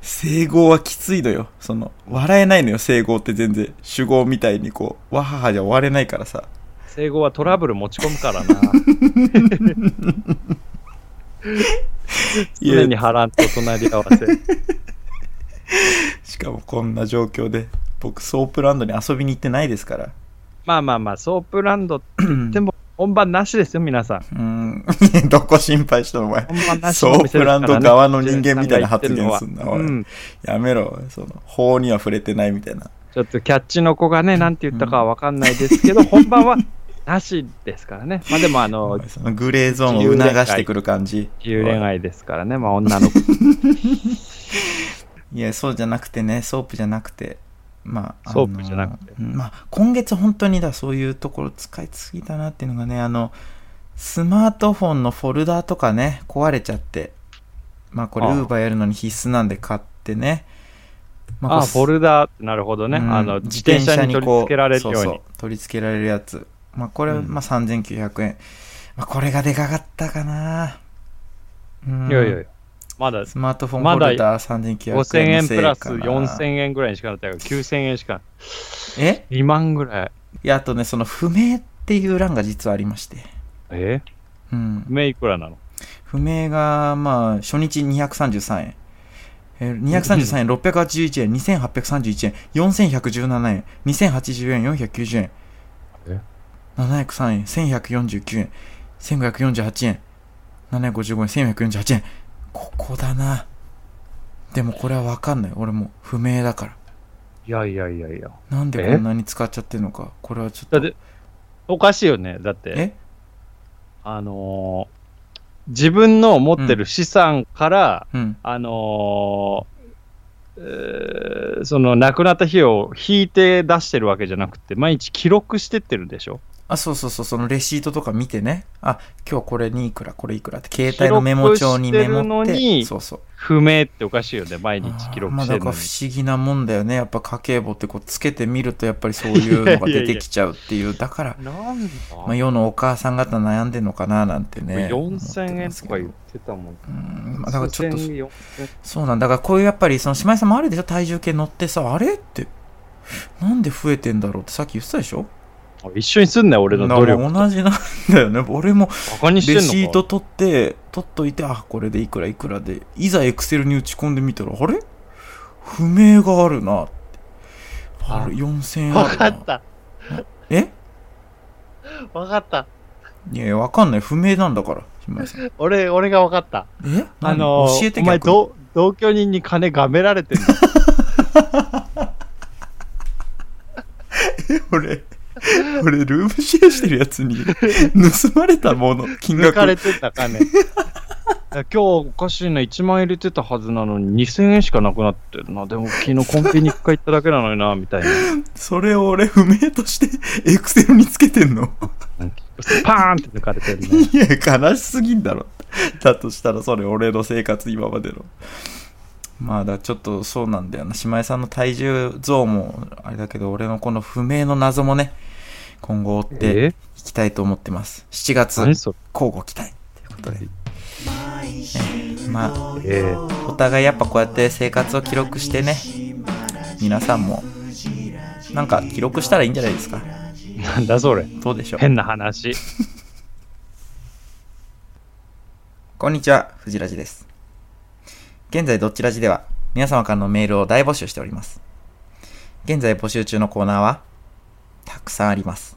Speaker 2: 整合はきついのよ。その、笑えないのよ、整合って全然。主語みたいにこう、わははじゃ終われないからさ。
Speaker 3: 整合はトラブル持ち込むからな。
Speaker 2: いや
Speaker 3: 常に波乱と隣り合わせ。
Speaker 2: しかもこんな状況で、僕、ソープランドに遊びに行ってないですから。
Speaker 3: まあまあまあ、ソープランドって言っても、本番なしですよ、皆さん。
Speaker 2: うーん、 [laughs] どこ心配したのお前。
Speaker 3: 本番なし
Speaker 2: ソ
Speaker 3: のお
Speaker 2: ー
Speaker 3: 店
Speaker 2: プ
Speaker 3: ですか
Speaker 2: ラ
Speaker 3: らね
Speaker 2: ンド側の人間みたいな発言すんな、お
Speaker 3: う
Speaker 2: い。
Speaker 3: ん、
Speaker 2: やめろ、その、法には触れてないみたいな。
Speaker 3: ちょっとキャッチの子がね、なんて言ったかはわかんないです
Speaker 2: [laughs]
Speaker 3: けど、本番はなしですからね。まあでも、あの、
Speaker 2: そのグレーゾーンを促してくる感じ。
Speaker 3: 自由恋愛ですからね、まあ女の子。
Speaker 2: いや、そうじゃなくてね、ソープじゃなくて、まあ、あの
Speaker 3: ソープじゃなくて
Speaker 2: うんまあ、今月本当にだ、そういうところ使いすぎたなっていうのがね、あの、スマートフォンのフォルダーとかね、壊れちゃって、まあ、これ、ウ
Speaker 3: ああ
Speaker 2: ーバーやるのに必須なんで買ってね、ま
Speaker 3: あ、
Speaker 2: これ
Speaker 3: フォルダー、なるほどね。
Speaker 2: うん
Speaker 3: あの、自転車に取り付けられるように。
Speaker 2: 自転車こそうそう取り付けられるやつ。まあ、これ、
Speaker 3: うん
Speaker 2: まあ、3900円。まあ、これがでかかったかな。うん
Speaker 3: いやいやいや。まだ
Speaker 2: スマートフォン
Speaker 3: ま
Speaker 2: フ
Speaker 3: だ
Speaker 2: ォルダー3900
Speaker 3: 5000
Speaker 2: 円
Speaker 3: 円
Speaker 2: のせ
Speaker 3: プ
Speaker 2: い
Speaker 3: ラス
Speaker 2: かな
Speaker 3: 4000円ぐらいにしかなったから、9000円しか。
Speaker 2: え
Speaker 3: 2万ぐらい。
Speaker 2: いやあとねその不明っていう欄が実はありまして
Speaker 3: え
Speaker 2: うん
Speaker 3: メイクラなの
Speaker 2: 不明がまあ初日233円えー233円、681円、2831円、4117円、2080円、490円
Speaker 3: え、
Speaker 2: 703円、1149円、1548円、755円、1148円。ここだな。でもこれはわかんない。俺もう不明だから。
Speaker 3: いやいやいやいや。
Speaker 2: なんでこんなに使っちゃってるのか。これはちょ
Speaker 3: だっ
Speaker 2: っと。
Speaker 3: て、おかしいよね。だって。
Speaker 2: え
Speaker 3: あのー自分の持ってる資産から、
Speaker 2: うん。
Speaker 3: あのーえーその亡くなった費用を引いて出してるわけじゃなくて、毎日記録してってるでしょ。
Speaker 2: あ、そうそうそう、そのレシートとか見てね。あ、今日これにいくら、これいくらって、携帯のメモ帳にメモっ
Speaker 3: 記録してるの
Speaker 2: て。
Speaker 3: に
Speaker 2: そうそう。
Speaker 3: 不明っておかしいよね、毎日記録
Speaker 2: まあ、
Speaker 3: して
Speaker 2: だ
Speaker 3: る
Speaker 2: か
Speaker 3: の
Speaker 2: ら
Speaker 3: に
Speaker 2: 不。思議なもんだよね。やっぱ家計簿ってこう、つけてみると、やっぱりそういうのが出てきちゃうっていう。だから、
Speaker 3: なんだ、
Speaker 2: まあ、世のお母さん方悩んでんのかな、なんてね。
Speaker 3: ?4000 円とか言
Speaker 2: 思
Speaker 3: っててたも
Speaker 2: ま
Speaker 3: ん。
Speaker 2: すけどうん、まあ、だからちょっと、
Speaker 3: 4000
Speaker 2: そうなんだ。だからこういうやっぱり、その、姉妹さんもあるでしょ体重計乗ってさ、あれって、なんで増えてんだろうってさっき言ってたでしょ
Speaker 3: あ一緒にすんなよ、俺の努力。
Speaker 2: なんか同じなんだよね。 [laughs] 俺も、
Speaker 3: バカにしてん
Speaker 2: レ
Speaker 3: のか
Speaker 2: シート取って、取っといて、あ、これでいくらいくらで、いざエクセルに打ち込んでみたら、あれ不明があるなって。あれ、4000円あ
Speaker 5: わ
Speaker 2: る
Speaker 5: か
Speaker 2: な。
Speaker 5: った。
Speaker 2: え
Speaker 5: わかった。
Speaker 2: いやいや、わかんない。不明なんだから、島井さ
Speaker 3: [laughs]
Speaker 2: ん。え
Speaker 5: 俺、俺がわかった。
Speaker 3: あの
Speaker 2: 何教え
Speaker 3: ー、
Speaker 2: て
Speaker 3: お前
Speaker 2: 逆に。
Speaker 3: 同、同居人に金がめられてんの
Speaker 2: 俺、俺、ルームシェアしてるやつに、 [laughs] 盗まれたもの、金
Speaker 3: 抜かれ
Speaker 2: 額。
Speaker 3: てた金。いや今日おか [laughs] しいな、1万円入れてたはずなのに2000円しかなくなってるな。でも昨日コンビニ一回行っただけなのにな、みたいな。
Speaker 2: それを俺、不明として、 [laughs] エクセルにつけてんの。
Speaker 3: パーンって抜かれてるね。
Speaker 2: いや、悲しすぎんだろ。だとしたら、それ、俺の生活、今までの。まあ、だ、ちょっとそうなんだよな。姉妹さんの体重増も、あれだけど、俺のこの不明の謎もね、今後追って
Speaker 3: え
Speaker 2: いきたいと思ってます。7月、
Speaker 3: 何
Speaker 2: 交
Speaker 3: そ
Speaker 2: 互期待。ということで。ねまあ、
Speaker 3: れえー
Speaker 2: お互いやっぱこうやって生活を記録してね、皆さんも、なんか記録したらいいんじゃないですか。
Speaker 3: なんだそれ。
Speaker 2: どうでしょう。
Speaker 3: 変な話。
Speaker 2: こんにちは、藤ラジです。現在、どっちラジでは、皆様からのメールを大募集しております。現在募集中のコーナーは、たくさんあります。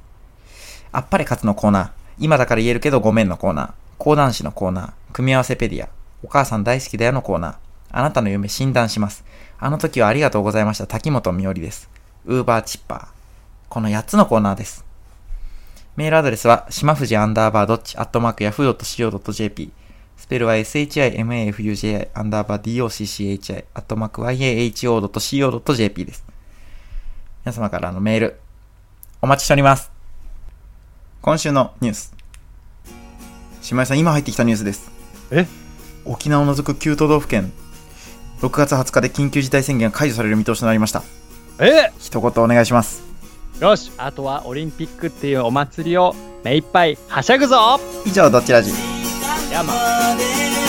Speaker 2: あっぱれ勝つのコーナー、今だから言えるけどごめんのコーナー、講談師のコーナー、組み合わせペディア、お母さん大好きだよのコーナー、あなたの夢診断します。あの時はありがとうございました、滝本美織です。ウーバーチッパー。この8つのコーナーです。メールアドレスは、しまふじアンダーバードッチ、アットマーク、ヤフー .co.jp。スペルは shimafuji アンダーバー docchi、アットマーク、yaho.co.jp です。皆様からのメール、お待ちしております。今週のニュース。島井さん、今入ってきたニュースです。
Speaker 3: え
Speaker 2: 沖縄を除く9都道府県、6月20日で緊急事態宣言が解除される見通しとなりました。
Speaker 3: え
Speaker 2: 一言お願いします。
Speaker 3: よしあとはオリンピックっていうお祭りを目いっぱいはしゃぐぞ
Speaker 2: 以上、どっちらじ。
Speaker 1: ま
Speaker 3: 山
Speaker 1: で